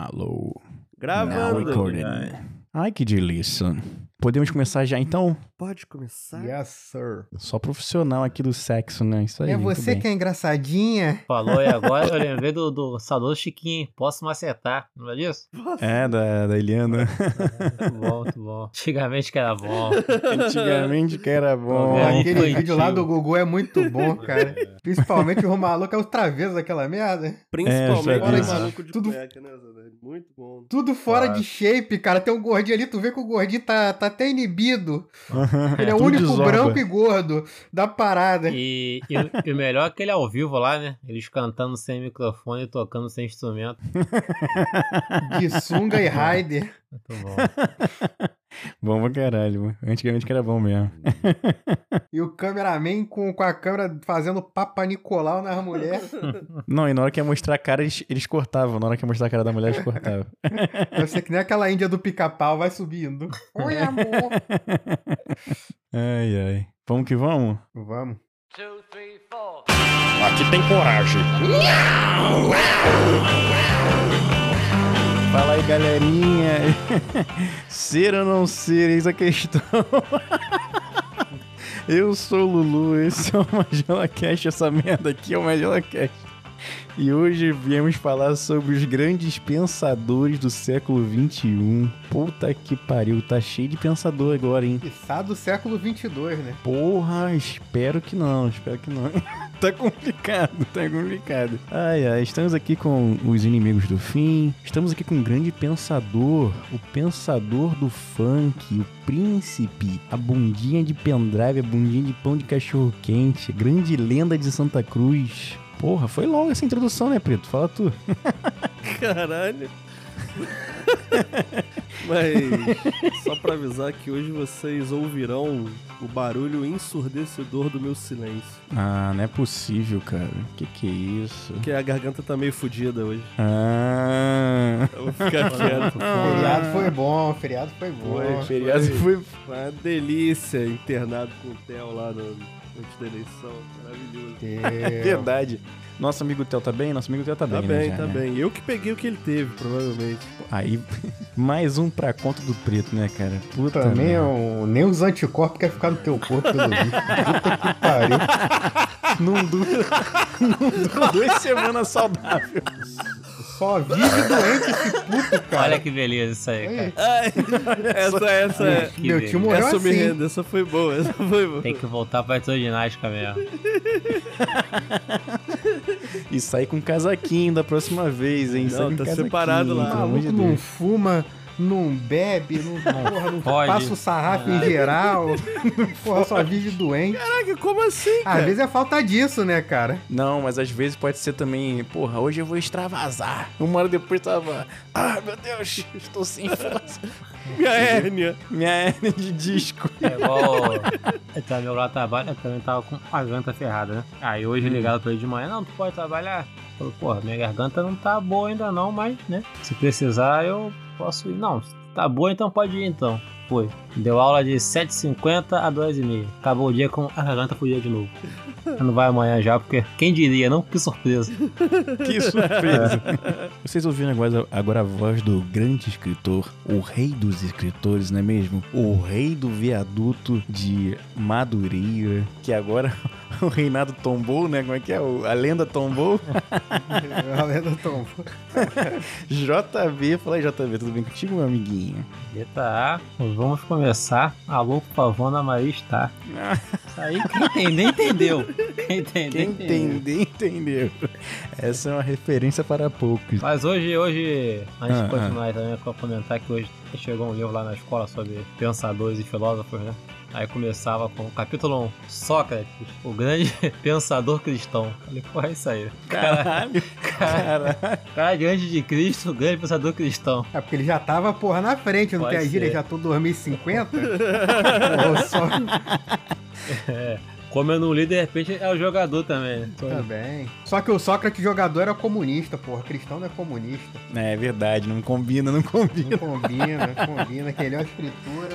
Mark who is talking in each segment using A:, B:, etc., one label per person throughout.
A: Alô. Now
B: Tá
C: Gravando.
A: recorded. Ai, que delícia. Podemos começar já então?
C: Pode começar?
D: Yes, sir.
A: Só profissional aqui do sexo, né? Isso aí.
D: é
A: muito
D: você
A: bem.
D: que é engraçadinha?
B: Falou e agora eu lembrei do, do saudoso Chiquinho, hein? posso macetar, não é disso?
C: Posso?
A: É, da, da Eliana.
B: Muito bom, muito bom. Antigamente que era bom.
A: Antigamente que era bom.
B: Tá vendo?
D: Aquele
B: infantil.
D: vídeo lá do Gugu é muito bom, cara. Principalmente o maluco é os travessos daquela merda.
A: É,
C: Principalmente
A: eu sabia.
C: o maluco de
D: Tudo-
C: cueca, né, Zé? Muito bom.
D: Tudo fora
B: Claro.
D: de shape, cara. Tem um gordinho ali, tu vê que o gordinho tá, tá até inibido. Ele é, o
A: Tudo
D: único
A: desordem.
D: branco e gordo da parada.
B: E, e o- e o melhor é que ele é ao vivo lá, né? Eles cantando sem microfone e tocando sem instrumento.
D: De sunga e raider.
B: Muito bom.
A: Bom pra caralho. mano. Antigamente que era bom mesmo.
D: E o cameraman com, com a câmera fazendo Papa Nicolau nas mulheres.
A: Não, e na hora que ia mostrar a cara, eles, eles cortavam. Na hora que ia mostrar a cara da mulher, eles cortavam.
D: Eu sei que nem aquela índia do pica-pau vai subindo. Oi, amor.
A: Ai, ai. Vamos que vamos?
D: Vamos.
A: Fala aí, galerinha. ser ou não ser, eis a questão. Eu sou o Lulu, esse é o Magela Cast, essa merda aqui é o Magela Cast. E hoje viemos falar sobre os grandes pensadores do século XXI. Puta que pariu, tá cheio de pensador agora, hein?
D: Quiçá do século 22, né?
A: Porra, espero que não, espero que não. tá complicado, tá complicado. Ai, ai, estamos aqui com os inimigos do fim. Estamos aqui com um grande pensador, o pensador do funk, o príncipe, a bundinha de pendrive, a bundinha de pão de cachorro quente, grande lenda de Santa Cruz. Porra, foi longa essa introdução, né, Preto? Fala tu.
C: Caralho. Mas só pra avisar que hoje vocês ouvirão o barulho ensurdecedor do meu silêncio.
A: Ah, não é possível, cara. Que que é isso?
C: Porque a garganta tá meio fodida hoje.
A: Ah.
C: Eu vou ficar quieto.
D: Feriado foi bom, feriado foi bom.
C: Foi,
A: Feriado foi
C: Foi uma delícia internado com o Theo lá no, antes da eleição. Maravilhoso.
A: Tá
D: Deus.
A: Verdade. Nosso amigo Theo tá bem? Nosso amigo Theo tá
C: É. Tá
A: bem, né,
C: bem,
A: já,
C: tá
A: né?
C: bem. Eu que peguei o que ele teve, provavelmente.
A: Aí, mais um pra conta do preto, né, cara? Puta
D: Também é
A: merda.
D: um, nem os anticorpos querem ficar no teu corpo, pelo visto. Puta que pariu. é um-
A: Não dura. Não dura duas semanas saudável.
D: Só vive doente esse puto, cara.
B: Olha que beleza isso aí, cara.
C: Ai, essa, essa,
A: é,
C: é.
B: Meu-
D: Meu
B: que
D: tio morreu
C: essa me
D: É, assim.
C: renda, essa foi boa, essa foi boa.
B: Tem que voltar pra ginástica mesmo.
A: E sai com um casaquinho da próxima vez, hein?
C: Não,
A: Sai com um
C: tá
A: casaquinho,
C: separado lá.
A: Pelo amor de
D: Maluco não
A: Deus.
D: fuma, não bebe, não, porra, não
B: Pode.
D: passa o sarrafo em geral. Porra, só vive doente.
C: Caraca, como assim,
D: Às
C: cara?
D: vezes é falta disso, né, cara?
A: Não, mas às vezes pode ser também, porra, hoje eu vou extravasar. Uma hora depois tava, ah, meu Deus, estou sem força.
C: Minha hérnia.
A: Minha hernia de disco.
B: É igual. Então, meu lá trabalha, também tava com a garganta ferrada, né? Aí hoje ligaram pra ele de manhã, não, tu pode trabalhar. Falou, porra, minha garganta não tá boa ainda não, mas, né? Se precisar, eu posso ir. Não, se tá boa, então pode ir então. Foi. Deu aula de 7h50 a 2h30. Acabou o dia com a garganta fodida de novo. Não vai amanhã já, porque quem diria, não? Que surpresa.
A: Que surpresa! É. Vocês ouviram agora, agora a voz do grande escritor, o rei dos escritores, não é mesmo? O rei do viaduto de Madureira, que agora o reinado tombou, né? Como é que é? O- A lenda tombou.
D: A lenda tão-
A: JV, fala aí, JV, tudo bem contigo, meu amiguinho?
B: Letra A, tá, vamos começar. Alô, por favor, Ana Maria está. Isso aí, quem entender, entendeu. Quem entender,
A: Quem né? entender, entendeu. Essa é uma referência para poucos.
B: Mas hoje, hoje, antes
A: Ah,
B: de continuar aí também, eu quero comentar que hoje chegou um livro lá na escola sobre pensadores e filósofos, né? Aí começava com o capítulo 1, Sócrates, o grande pensador cristão. Falei, porra, é isso aí.
A: Caralho, caralho.
B: Cara de antes de Cristo, o grande pensador cristão.
D: É porque ele já tava, porra, na frente, não
B: Pode
D: tem a gíria,
B: ser.
D: já tô 2050. Porra, só...
B: Como eu não li, de repente é o jogador também. né?
D: Também. Só que o Sócrates jogador era comunista, porra. Cristão não é comunista.
E: É, é verdade, não combina, não combina.
D: Não combina, não combina. Quem lê a escritura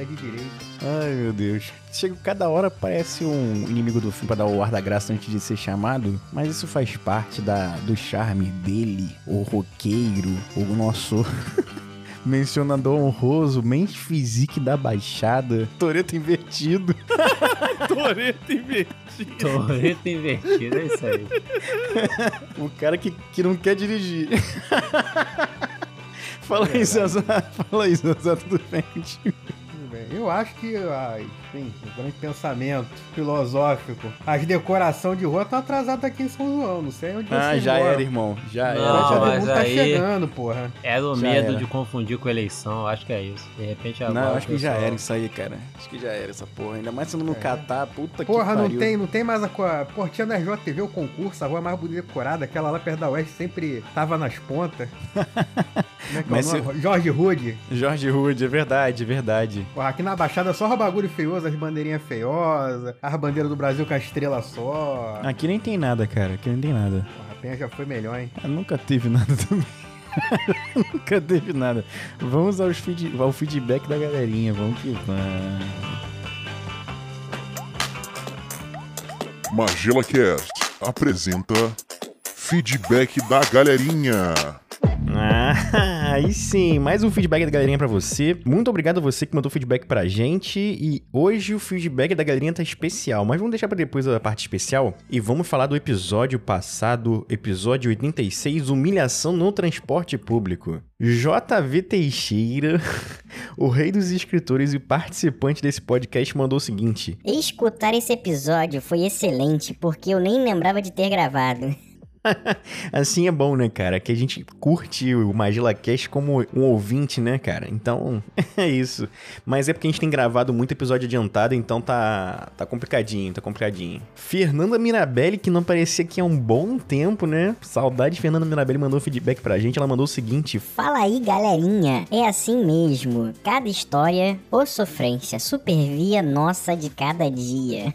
D: é de direito.
E: Ai, meu Deus. Chega, cada hora parece um inimigo do filme pra dar o ar da graça antes de ser chamado, mas isso faz parte da, do charme dele, o roqueiro, o nosso mencionador honroso, mente physique da baixada, Toreto invertido.
C: Toreto invertido.
B: Torreta invertida, é isso aí.
E: O cara que, que não quer dirigir. Fala aí, Zazá. Fala aí, Zazá, tudo bem contigo?
D: Tudo bem. Eu acho que, ai, enfim, o grande pensamento filosófico. As decorações de rua estão atrasadas aqui em São João. Não sei onde
E: Ah,
D: você
E: já
D: mora.
E: era, irmão. Já
B: Não,
E: era, já
D: Todo
E: era.
B: mas
D: mundo tá
B: aí-
D: chegando, porra.
B: Era o
E: Já
B: medo
E: era.
B: de confundir com eleição, acho que é isso. De repente agora.
E: Não,
B: o
E: acho que já
B: pessoal-
E: era isso aí, cara. Acho que já era essa porra. Ainda mais sendo no
D: É.
E: Catar, puta
D: Porra,
E: que
D: não
E: pariu.
D: tem, não tem mais a. co- Porra, tinha na JTV o concurso, a rua mais bonita decorada, aquela lá perto da Oeste sempre tava nas pontas. Como é que
E: Mas
D: é o nome? Jorge Rude.
E: Jorge Rude, é verdade, é verdade.
D: Porra, aqui na Baixada só bagulho feioso, as bandeirinhas feiosas, as bandeiras do Brasil com a estrela só.
E: Aqui nem tem nada, cara. Aqui nem tem nada.
D: Porra, a Penha já foi melhor, hein?
E: Ah, nunca teve nada também. nunca teve nada. Vamos aos feed- ao feedback da galerinha. Vamos que vamos.
F: Magela Cast apresenta feedback da galerinha.
E: Ah, aí sim, mais um feedback da galerinha pra você. Muito obrigado a você que mandou feedback pra gente. E hoje o feedback da galerinha tá especial, mas vamos deixar pra depois a parte especial e vamos falar do episódio passado, episódio 86, humilhação no transporte público. JV Teixeira, o rei dos escritores e participante desse podcast mandou o seguinte:
G: Escutar esse episódio foi excelente, porque eu nem lembrava de ter gravado.
E: Assim é bom, né, cara? Que a gente curte o Magila Cash como um ouvinte, né, cara? Então, é isso. Mas é porque a gente tem gravado muito episódio adiantado, então tá, tá complicadinho, tá complicadinho. Fernanda Mirabelli, que não aparecia aqui há um bom tempo, né? Saudade, de Fernanda Mirabelli mandou um feedback pra gente. Ela mandou o seguinte:
G: Fala aí, galerinha. É assim mesmo. Cada história ou sofrência supervia nossa de cada dia.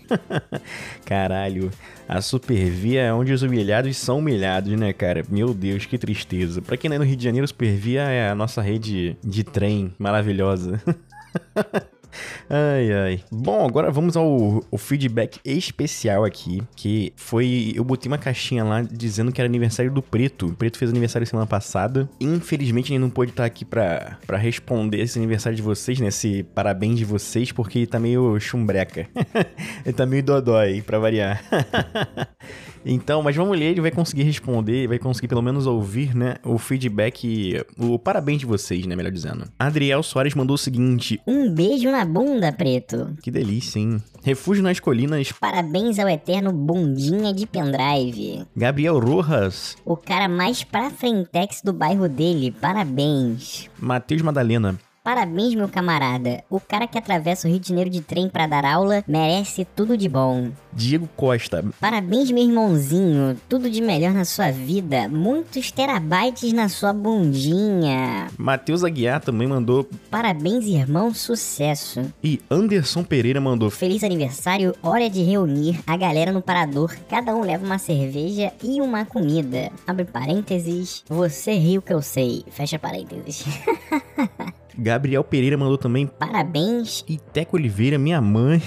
E: Caralho, a Supervia é onde os humilhados são humilhados, né, cara? Meu Deus, que tristeza. Pra quem não é no Rio de Janeiro, Supervia é a nossa rede de trem maravilhosa. Ai, ai. Bom, agora vamos ao, ao feedback especial aqui, que foi... Eu botei uma caixinha lá dizendo que era aniversário do Preto. O Preto fez aniversário semana passada. Infelizmente, ele não pôde estar aqui pra, pra responder esse aniversário de vocês, né? Esse parabéns de vocês, porque ele tá meio chumbreca. ele tá meio dodói, pra variar. Então, mas vamos ler, ele vai conseguir responder, vai conseguir pelo menos ouvir, né, o feedback, o parabéns de vocês, né, melhor dizendo. Adriel Soares mandou o seguinte,
G: Um beijo na bunda, preto.
E: que delícia, hein? Refúgio nas colinas,
G: Parabéns ao eterno bundinha de pendrive.
E: Gabriel Rojas,
G: O cara mais pra frentex do bairro dele. Parabéns.
E: Matheus Madalena,
G: Parabéns, meu camarada. O cara que atravessa o Rio de Janeiro de trem pra dar aula merece tudo de bom.
E: Diego Costa,
G: Parabéns, meu irmãozinho. Tudo de melhor na sua vida. Muitos terabytes na sua bundinha.
E: Matheus Aguiar também mandou
G: Parabéns, irmão. Sucesso.
E: e Anderson Pereira mandou.
G: Feliz aniversário. Hora de reunir a galera no parador. Cada um leva uma cerveja e uma comida. Abre parênteses. Você riu que eu sei. Fecha parênteses.
E: Gabriel Pereira mandou também
G: Parabéns.
E: e Teco Oliveira, minha mãe,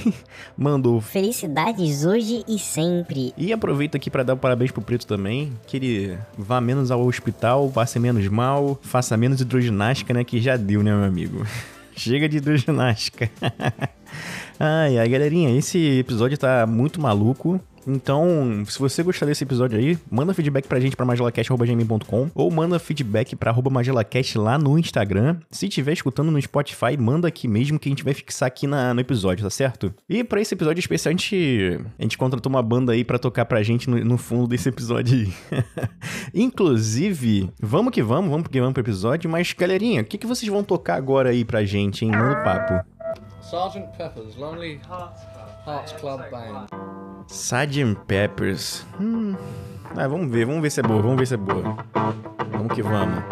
E: mandou
G: Felicidades hoje e sempre.
E: E aproveito aqui pra dar parabéns pro Preto também, que ele vá menos ao hospital, passe menos mal, faça menos hidroginástica, né? Que já deu, né, meu amigo? Chega de hidroginástica. ai, ai, galerinha, esse episódio tá muito maluco. Então, se você gostar desse episódio aí, manda feedback pra gente pra magelacast.gmail.com ou manda feedback pra arroba magelacast lá no Instagram. Se tiver escutando no Spotify, manda aqui mesmo que a gente vai fixar aqui na- no episódio, tá certo? E pra esse episódio especial, a gente, a gente contratou uma banda aí pra tocar pra gente no, no fundo desse episódio aí. Inclusive, vamos que vamos, vamos que vamos pro episódio, mas galerinha, o que, que vocês vão tocar agora aí pra gente, hein? Manda o papo.
H: Sergeant Pepper's Lonely Hearts Club, Band.
E: Sgt. Peppers. Hum. Ah, vamos ver, vamos ver se é boa, vamos ver se é boa. Vamos que vamos.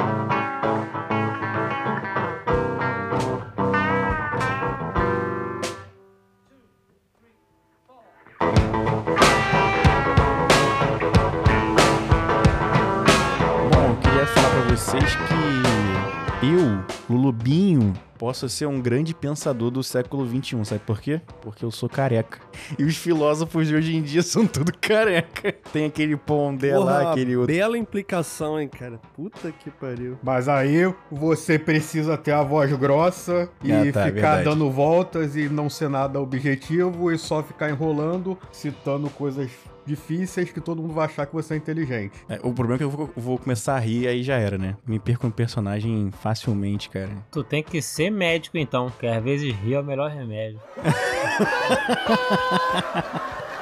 E: eu, Lulubinho, possa ser um grande pensador do século XXI. Sabe por quê? Porque eu sou careca. E os filósofos de hoje em dia são tudo careca. Tem aquele Pondé lá,
C: Porra,
E: aquele outro.
C: Bela implicação, hein, cara. Puta que pariu.
D: Mas aí você precisa ter a voz grossa e
E: Ah, tá,
D: ficar
E: verdade.
D: dando voltas e não ser nada objetivo e só ficar enrolando, citando coisas difíceis que todo mundo vai achar que você é inteligente.
E: É, o problema é que eu vou, vou começar a rir aí já era, né? Me perco no personagem facilmente, cara.
B: Tu tem que ser médico então, que às vezes rir é o melhor remédio.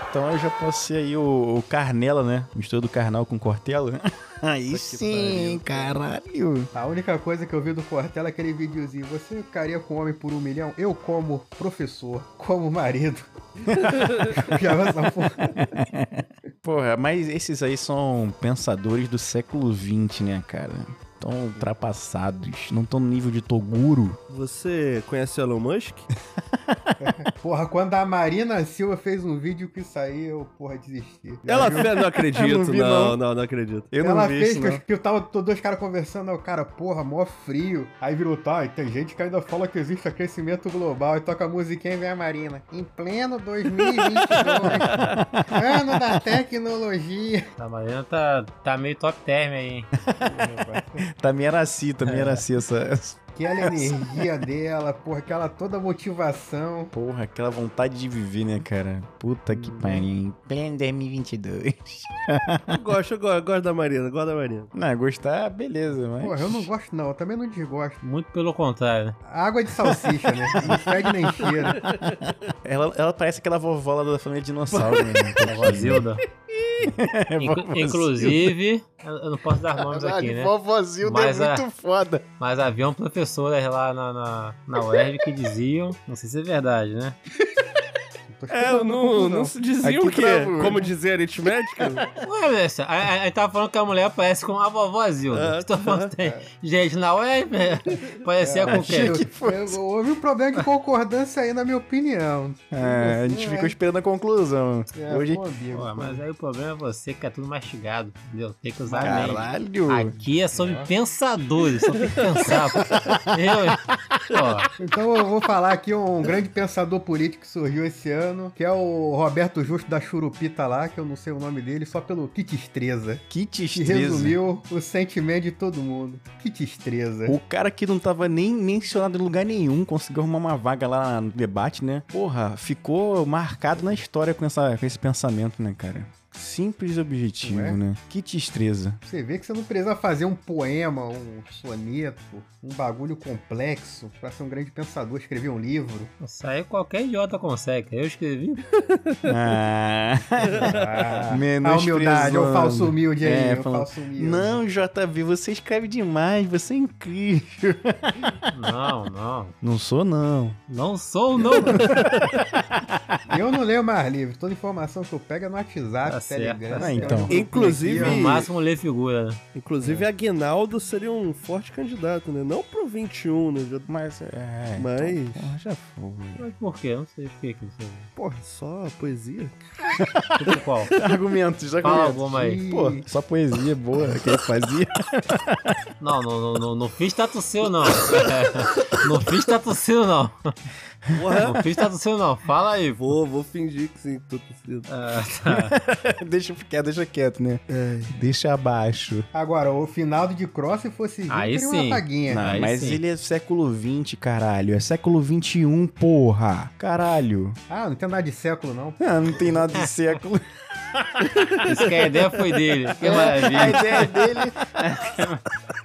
E: Então eu já posso ser aí o, o Carnela, né? Mistura do Carnal com Cortella. Aí
C: sim,
E: caralho.
D: A única coisa que eu vi do Cortella é aquele videozinho. Você ficaria com um homem por um milhão? Eu como professor, como marido. Já vai essa porra.
E: Porra, mas esses aí são pensadores do século XX, né, cara? Estão ultrapassados, não estão no nível de Toguro.
C: Você conhece o Elon Musk?
D: Porra, quando a Marina Silva fez um vídeo que saiu, eu, porra, desisti.
C: Ela fez, não acredito.
E: Eu não
C: não,
E: vi, não.
C: não, não, acredito.
E: Eu
D: ela
E: não vi
D: fez
E: isso,
D: que,
E: não.
D: eu- que eu tava todos dois caras conversando, aí o cara, porra, mó frio. Aí virou, tá, e tem gente que ainda fala que existe aquecimento global e toca a musiquinha e vem a Marina. Em pleno 2022, ano da tecnologia.
B: A Marina tá, tá meio top term aí, hein?
E: Tá Miraci, tá
H: É.
E: Miraci essa, essa.
D: Aquela energia dela, porra, aquela toda motivação.
E: Porra, aquela vontade de viver, né, cara? Puta que pariu. Pleno 2022.
C: Eu gosto, eu gosto, eu gosto da Marina, eu gosto da Marina.
E: Não, gostar, beleza, mas.
D: Porra, eu não gosto não, eu também não desgosto.
B: Muito pelo contrário. né?
D: Água de salsicha, né? Não fede nem cheira.
E: Ela, ela parece aquela vovó lá da família dinossauro, né?
B: Vovó Zilda.
E: É,
B: Inclu-
E: vovó
B: inclusive, eu eu não posso dar nomes aqui, né?
E: Vovózilda
B: Mas
E: é
B: a-
E: muito foda.
B: Mas havia um professor lá na, na, na UERJ que diziam, não sei se é verdade, né?
D: Tô
C: É, eu
D: chutando
C: não,
D: conclusão.
C: não se dizia
E: Aqui é,
C: o quê?
E: travou.
C: Como dizer aritmética?
B: Ué, Vanessa, a, a, a gente tava falando que a mulher parece com a vovó Zilda.
E: É.
C: Ah,
B: Tô falando que tem gente na UERJ, velho, parecia com um. quem?
E: É. que fosse.
D: Eu- Houve um problema de concordância aí, na minha opinião.
E: É, a gente
D: É.
E: ficou esperando a conclusão.
D: É,
E: Hoje.
D: pô, amigo,
B: Ué, mas aí o problema é você que é tudo mastigado, entendeu? Tem que usar a mente.
E: Caralho!
B: Aqui é sobre pensadores, só tem que pensar. pô. Eu, ó,
D: Então eu vou falar aqui um grande pensador político que surgiu esse ano, que é o Roberto Justo da Churupita lá, que eu não sei o nome dele, só pelo que destreza.
E: Que
D: Que
E: tristeza.
D: resumiu o sentimento de todo mundo. Que destreza.
E: O cara que não tava nem mencionado em lugar nenhum conseguiu arrumar uma vaga lá no debate, né? Porra, ficou marcado na história com, essa, com esse pensamento, né, cara? Simples e objetivo,
D: Não é?
E: né? Que destreza.
D: Você vê que você não precisa fazer um poema, um soneto, um bagulho complexo pra ser um grande pensador, escrever um livro.
B: isso aí qualquer idiota consegue. Eu escrevi.
E: Ah.
D: Ah, a
E: Menos
D: humildade, é o falso humilde aí,
E: É,
D: é, o
E: falando,
D: falso humilde.
E: Não, JV, você escreve demais, você é incrível.
B: Não, não.
E: Não sou, não.
B: Não sou, não.
D: Eu não leio mais livro. Toda informação que eu pego é no WhatsApp,
B: Tá certo,
D: Telegram.
E: tá
D: tem
E: certo.
D: um grupo
C: Inclusive-
D: aqui,
B: No máximo ler figura. né?
C: Inclusive, Aguinaldo seria um forte candidato, né? Não pro 21, né? Já-
E: Mas
C: então,
E: é.
C: Mas,
E: Porra, já foi.
B: Mas por quê? Não sei o que que isso é.
C: porra, só poesia?
B: Tipo qual?
E: Tá argumentos,
B: Fala
E: argumentos.
B: alguma aí.
E: Pô, só poesia boa que ele fazia.
B: Não, não, não, não, não fiz tatu seu, não. É, não fiz tatu seu, não.
C: Porra,
B: Não fiz tatu seu, não. Fala aí, pô.
C: vou, vou fingir que sim, tô tecido.
B: Ah, tá.
E: deixa quieto, deixa quieto, né? Deixa abaixo.
D: Agora, o final de Cross, se fosse vir,
B: Aí
D: teria
B: sim.
D: uma taguinha.
B: Não. Aí
E: mas
B: sim.
E: ele é século XX, caralho. É século
A: um,
E: XXI, porra. Caralho.
D: Ah, não tem nada de século, não.
E: Ah, não tem nada de século.
B: Isso que é a ideia foi dele. Que maravilha.
E: ideia dele.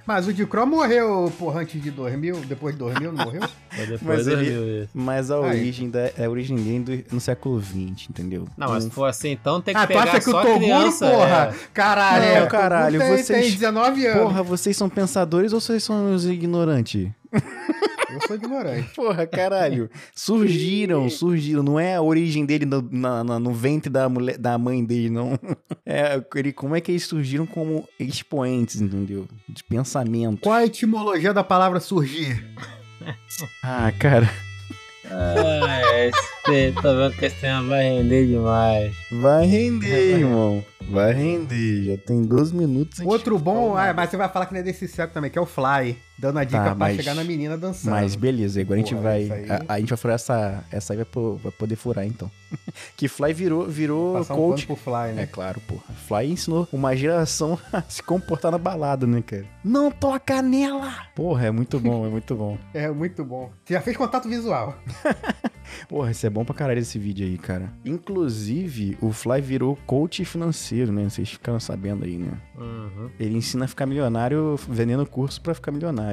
D: Mas o de Cross morreu, porra, antes de 2000, depois de 2000, não morreu?
B: Mas
E: Mas
B: depois
E: ele-
B: dormiu isso.
E: Mas a
D: Aí.
E: origem da, é a origem dele do- no século XX, entendeu? Hum.
B: Não, mas se for assim, então tem que
D: ah, tu
B: pegar
D: acha que o
B: só
D: Toguro,
B: criança. né?
D: porra? Caralho,
E: Não,
D: é, o Toguro
E: caralho,
D: tem,
E: vocês-
D: tem 19 anos.
E: Porra, vocês são pensadores ou vocês são os ignorantes?
D: Eu sou ignorante.
E: Porra, caralho. Surgiram, surgiram. Não é a origem dele no, na- na- no ventre da, mulher, da mãe dele, não. É, ele, como é que eles surgiram como expoentes, entendeu? De pensamento.
D: Qual a etimologia da palavra surgir?
E: Ah, cara.
B: Ah, esse, tô vendo que esse tema vai render demais.
E: Vai render, irmão. Vai render. Já tem 12 minutos. Então, né? a gente
D: Outro
E: fala
D: bom,
E: nada.
A: ah,
D: ah, mas você vai falar que não é desse século também, que é o Fly. dando a dica
A: Tá,
D: pra
A: mas-
D: chegar na menina dançando.
A: Mas beleza, agora a gente
D: Porra,
A: vai.
D: isso aí-
A: A, a gente vai furar essa. Essa aí vai, pô- vai poder furar, então. que Fly virou, virou
D: Passar um
A: coach.
D: pano pro Fly,
A: É
D: né?
A: claro, porra. Fly ensinou uma geração a se comportar na balada, né, cara? Não toca nela! Porra, é muito bom, é muito bom.
D: É. muito bom. Você já fez contato visual.
A: Porra, isso é bom pra caralho esse vídeo aí, cara. Inclusive, o Fly virou coach financeiro, né? Vocês ficaram sabendo aí, né?
B: Uhum.
A: Ele ensina a ficar milionário vendendo curso pra ficar milionário.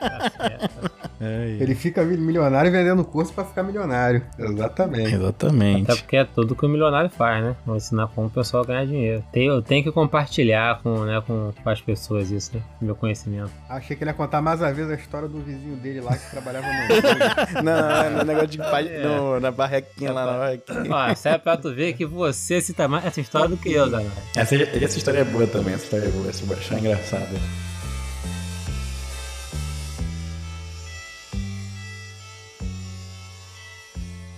B: Tá certo.
A: É,
D: Ele fica milionário vendendo curso pra ficar milionário. Exatamente.
A: Exatamente.
B: Até porque é tudo que o milionário faz, né? Vou ensinar como o pessoal ganhar dinheiro. Tem, eu tenho que compartilhar com, né, com, com as pessoas isso, né? Meu conhecimento.
D: Achei que ele ia contar mais uma vez a história do vizinho dele lá que trabalhava
A: Não,
D: no.
A: não, não, negócio de palha.
B: É.
A: Não, na barraquinha lá, na barraquinha.
B: Ó, isso é pra tu ver que você cita mais essa história do que eu, Zanara.
A: Essa, essa história é boa também, essa história é boa, essa eu vou achar engraçada.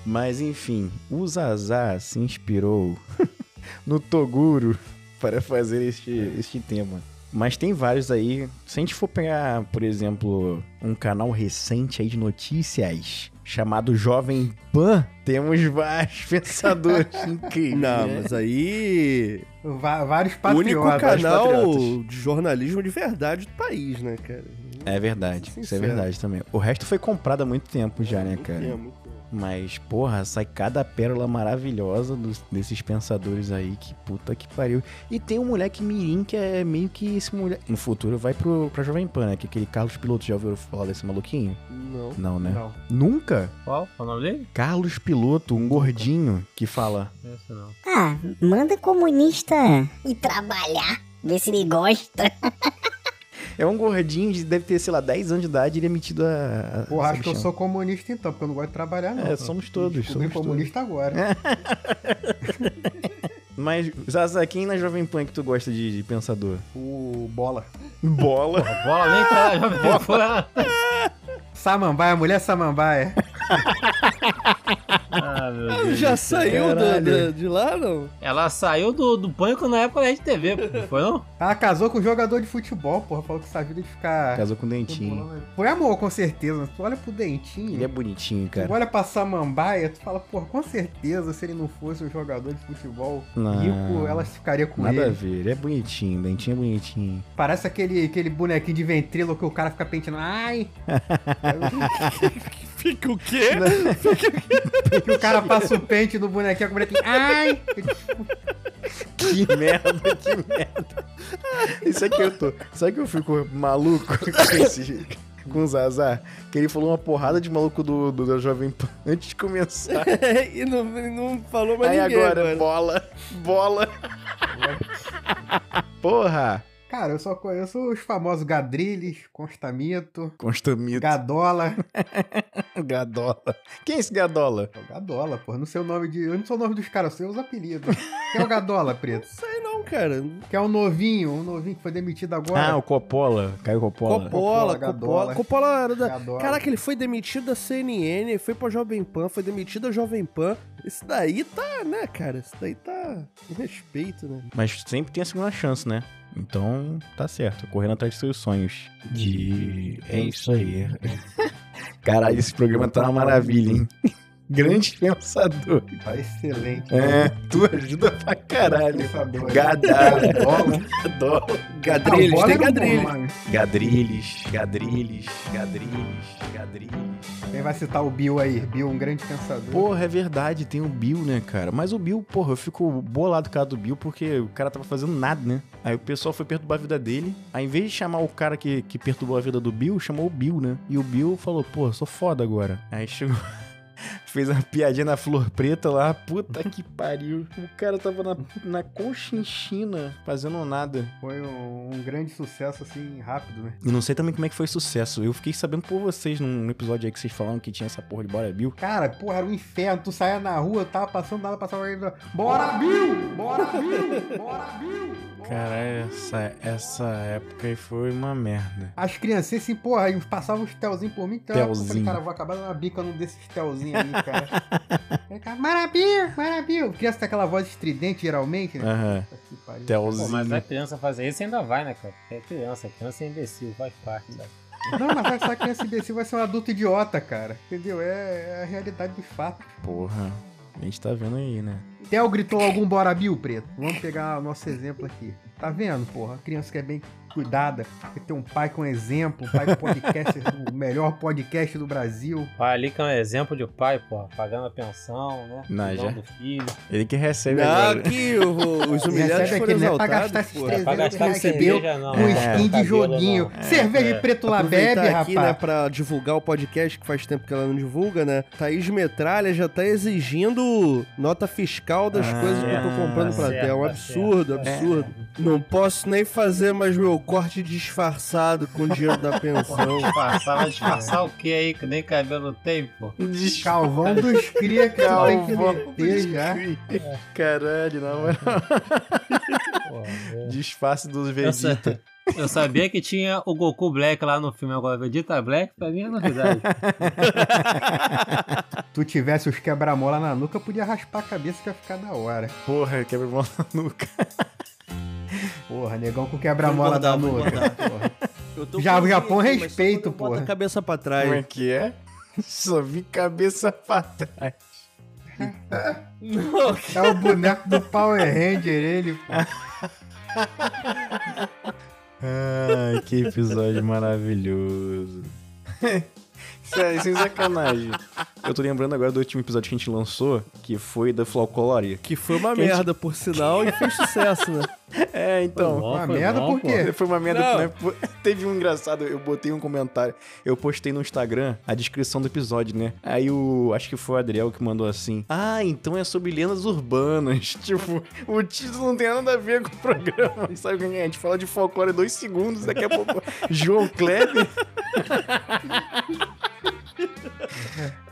A: Mas enfim, o Zaza se inspirou no Toguro para fazer este, este tema. Mas tem vários aí. Se a gente for pegar, por exemplo, um canal recente aí de notícias chamado Jovem Pan, temos vários pensadores incríveis.
C: Não,
A: né?
C: mas aí.
D: Va- Vários
C: O único
D: patriotas.
C: canal
A: patriotas.
C: de jornalismo de verdade do país, né, cara?
A: É verdade, isso é
C: Sincero.
A: verdade também. O resto foi comprado há muito tempo já, né,
C: Muito
A: cara?
C: tempo, muito tempo.
A: Mas, porra, sai cada pérola maravilhosa dos- desses pensadores aí, que puta que pariu. E tem um moleque mirim que é meio que esse moleque... No futuro vai pro, pra Jovem Pan, né? Que é aquele Carlos Piloto, já ouviu falar desse maluquinho?
C: Não.
A: Não, né?
D: Não.
A: Nunca?
B: Qual? Qual o nome dele?
A: Carlos Piloto, um gordinho que fala...
B: Esse não.
G: Ah, manda comunista e trabalhar. Vê se ele gosta.
A: É um gordinho, de- deve ter, sei lá, 10 anos de idade, ele é metido a... a
D: Porra, acho que eu
A: sabichão.
D: sou comunista então, porque eu não gosto de trabalhar, não.
A: É, somos todos,
D: Descobri
A: somos todos.
D: comunista agora.
A: Mas, Zaza, quem na Jovem Pan é que tu gosta de, de pensador?
D: O Bola.
A: Bola.
B: A bola nem tá lá, jovem Pan.
D: Samambaia, mulher samambaia.
B: Ah, meu
C: Ah,
B: Deus.
C: já saiu da- da- de lá, não?
B: Ela saiu do, do pânico na época da RedeTV, pô. Não foi não?
D: Ah, casou com jogador de futebol, porra. Falou que essa vida de ficar.
A: Casou com o Dentinho.
D: Foi amor, com certeza. Tu olha pro dentinho.
A: Ele é bonitinho,
D: Tu
A: cara.
D: olha pra Samambaia, tu fala, porra, com certeza, se ele não fosse um jogador de futebol
A: Não.
D: rico, ela ficaria com
A: Ah. Nada a
D: ele.
A: ver, ele é bonitinho, Dentinho é bonitinho.
D: Parece aquele, aquele bonequinho de ventrilo que o cara fica penteando, ai!
C: Fica o quê?
D: que o cara passa o pente no bonequinho, a bonequinho, ai!
A: Que merda, que merda. Isso aqui eu tô. Sabe que eu fico maluco com esse. Com o Zazar, que ele falou uma porrada de maluco do, do, do Jovem Pan antes de começar.
C: e não, e não falou mais
A: Aí
C: ninguém
A: agora, bola, bola. Porra!
D: Cara, eu só conheço os famosos Gadrilles, Constamito,
A: Constamito,
D: Gadola.
A: Gadola. Quem é esse Gadola?
D: É o Gadola, porra. Não sei o nome de. Eu não sei o nome dos caras, eu sei os apelidos. Quem é o Gadola,
C: Não
D: preto?
C: sei não, cara.
D: Que é o novinho, um novinho que foi demitido
A: Ah,
D: agora.
A: o Coppola. Caiu Coppola.
D: Coppola,
C: Coppola, Coppola.
D: Gadola.
C: Coppola era da...
D: Gadola.
C: Caraca, ele foi demitido da CNN, foi pra Jovem Pan, foi demitido da Jovem Pan. Esse daí tá, né, cara? Esse daí tá... Respeito, né?
A: Mas sempre tem a segunda chance, né? Então, tá certo. Correndo atrás dos seus sonhos. De... É isso aí. Caralho, esse programa tá uma maravilha, hein? Grande pensador.
D: Tá excelente.
A: É, tu ajuda pra caralho.
D: Pensador.
A: Gadara.
D: Gadola.
A: Adoro.
D: Ah, o
C: Gadrilhos,
D: Bola
C: tem
D: era um bom
C: gadrilhos.
D: nome.
A: Gadrilhos, gadrilhos, gadrilhos, gadrilhos.
D: Quem vai citar o Bill aí? Bill, um grande pensador.
A: Porra, é verdade, tem o Bill, né, cara? Mas o Bill, porra, eu fico bolado com o cara do Bill porque o cara tava fazendo nada, né? Aí o pessoal foi perturbar a vida dele. Aí, em vez de chamar o cara que, que perturbou a vida do Bill, chamou o Bill, né? E o Bill falou, porra, sou foda agora. Aí chegou. Fez uma piadinha na flor preta lá, puta que pariu. O cara tava na, na conchinchina, fazendo nada.
D: Foi um, um grande sucesso, assim, rápido, né?
A: E não sei também como é que foi sucesso. Eu fiquei sabendo por vocês num episódio aí que vocês falaram que tinha essa porra de Bora Bill.
D: Cara, porra, era um inferno. Tu saía na rua, eu tava passando nada, passava alguém e falava, Bora, Bill! Bora, Bill! Bora, Bill!
A: Caralho, essa, essa época aí foi uma merda.
D: As criancinhas assim, porra, aí passavam os telzinhos por mim, então eu falei,
A: Telzinho.
D: cara, eu vou acabar dando uma bica num desses telzinhos aí, cara. Aí, cara, Marabil, Marabil. Criança tem aquela voz estridente, geralmente,
C: É.
D: né?
A: Aham,
D: Puta que pariu.
A: Telzinho.
B: Pô, mas a criança fazer isso ainda vai, né, cara? É criança, criança é imbecil, faz parte, sabe?
D: Não, mas vai saber que esse imbecil vai ser um adulto idiota, cara. Entendeu? É, é a realidade dos fatos.
E: Porra. A gente tá vendo aí, né?
D: Theo gritou algum bora Bill, preto. Vamos pegar o nosso exemplo aqui. Tá vendo, porra? A criança que é bem cuidada, que tem um pai com exemplo, um pai com podcast, o melhor podcast do Brasil.
B: Pai ali que é um exemplo de pai, pô. Pagando a pensão, né?
E: Não,
B: Cuidando
E: já.
B: do filho.
E: Ele que recebe
C: Ah,
E: agora.
C: aqui o- os humilhados
D: Recebe
C: foram
D: aqui, né? Pra gastar
C: exaltados,
D: esses
C: pô.
D: três-
B: É, Pra
D: Presente
B: gastar
D: que
B: com
D: recebeu
B: cerveja, não.
D: Com
B: né?
D: skin de
B: Cabelo,
D: joguinho.
B: não.
D: Cerveja
B: é.
D: preto lá bebe,
C: Aproveitar
D: rapaz.
C: aqui, né, pra divulgar o podcast que faz tempo que ela não divulga, né? Thaís Metralha já tá exigindo nota fiscal das
E: Ah,
C: coisas que eu tô comprando pra
B: certo,
C: Dell. Um
B: tá
C: absurdo,
B: certo, tá
C: absurdo. Não posso nem fazer mais meu corte disfarçado com o dinheiro da pensão.
B: Disfarçar, vai disfarçar o que aí? Que nem cabelo tem, É. pô.
D: Calvão dos cria que tu tem que
E: Calvão
D: meter já.
E: Caralho, não, mano.
B: Pô, é.
E: Disfarce
A: Tá
E: dos
B: Eu sa-
E: Vegeta.
B: Eu sabia que tinha o Goku Black lá no filme. Agora, Vegeta Black, pra mim é novidade.
D: Tu tivesse os quebra-mola na nuca, podia raspar a cabeça que ia ficar da hora.
E: Porra, quebra mão na nuca.
D: Porra, negão com quebra-mola na
C: Vou
D: nuca.
C: engordar, vou
D: porra.
C: Eu tô
D: Já-
C: com
D: já
C: aqui,
D: põe
C: mas só
D: respeito,
C: quando eu boto
D: porra.
C: a cabeça pra trás.
E: Como é que é? Só vi cabeça pra trás.
C: Não,
D: É o boneco do Power Ranger, ele. pô.
E: Ai, que episódio maravilhoso. Sério, sem é, sacanagem. Eu tô lembrando agora do último episódio que a gente lançou, que foi da Flaucoloria.
C: que foi uma merda, por sinal, e fez sucesso, né?
E: É, então.
B: Bom,
D: Uma
B: foi
D: merda,
B: bom,
D: por
B: pô. É,
D: quê?
E: Foi uma merda.
C: Não.
E: né? Pô, Teve um engraçado, eu botei um comentário. Eu postei no Instagram a descrição do episódio, né? Aí o. Acho que foi o Adriel que mandou assim. Ah, então é sobre lendas urbanas. tipo, o título não tem nada a ver com o programa. Sabe o que é? A gente fala de folclore dois segundos, daqui a pouco. João Kleber.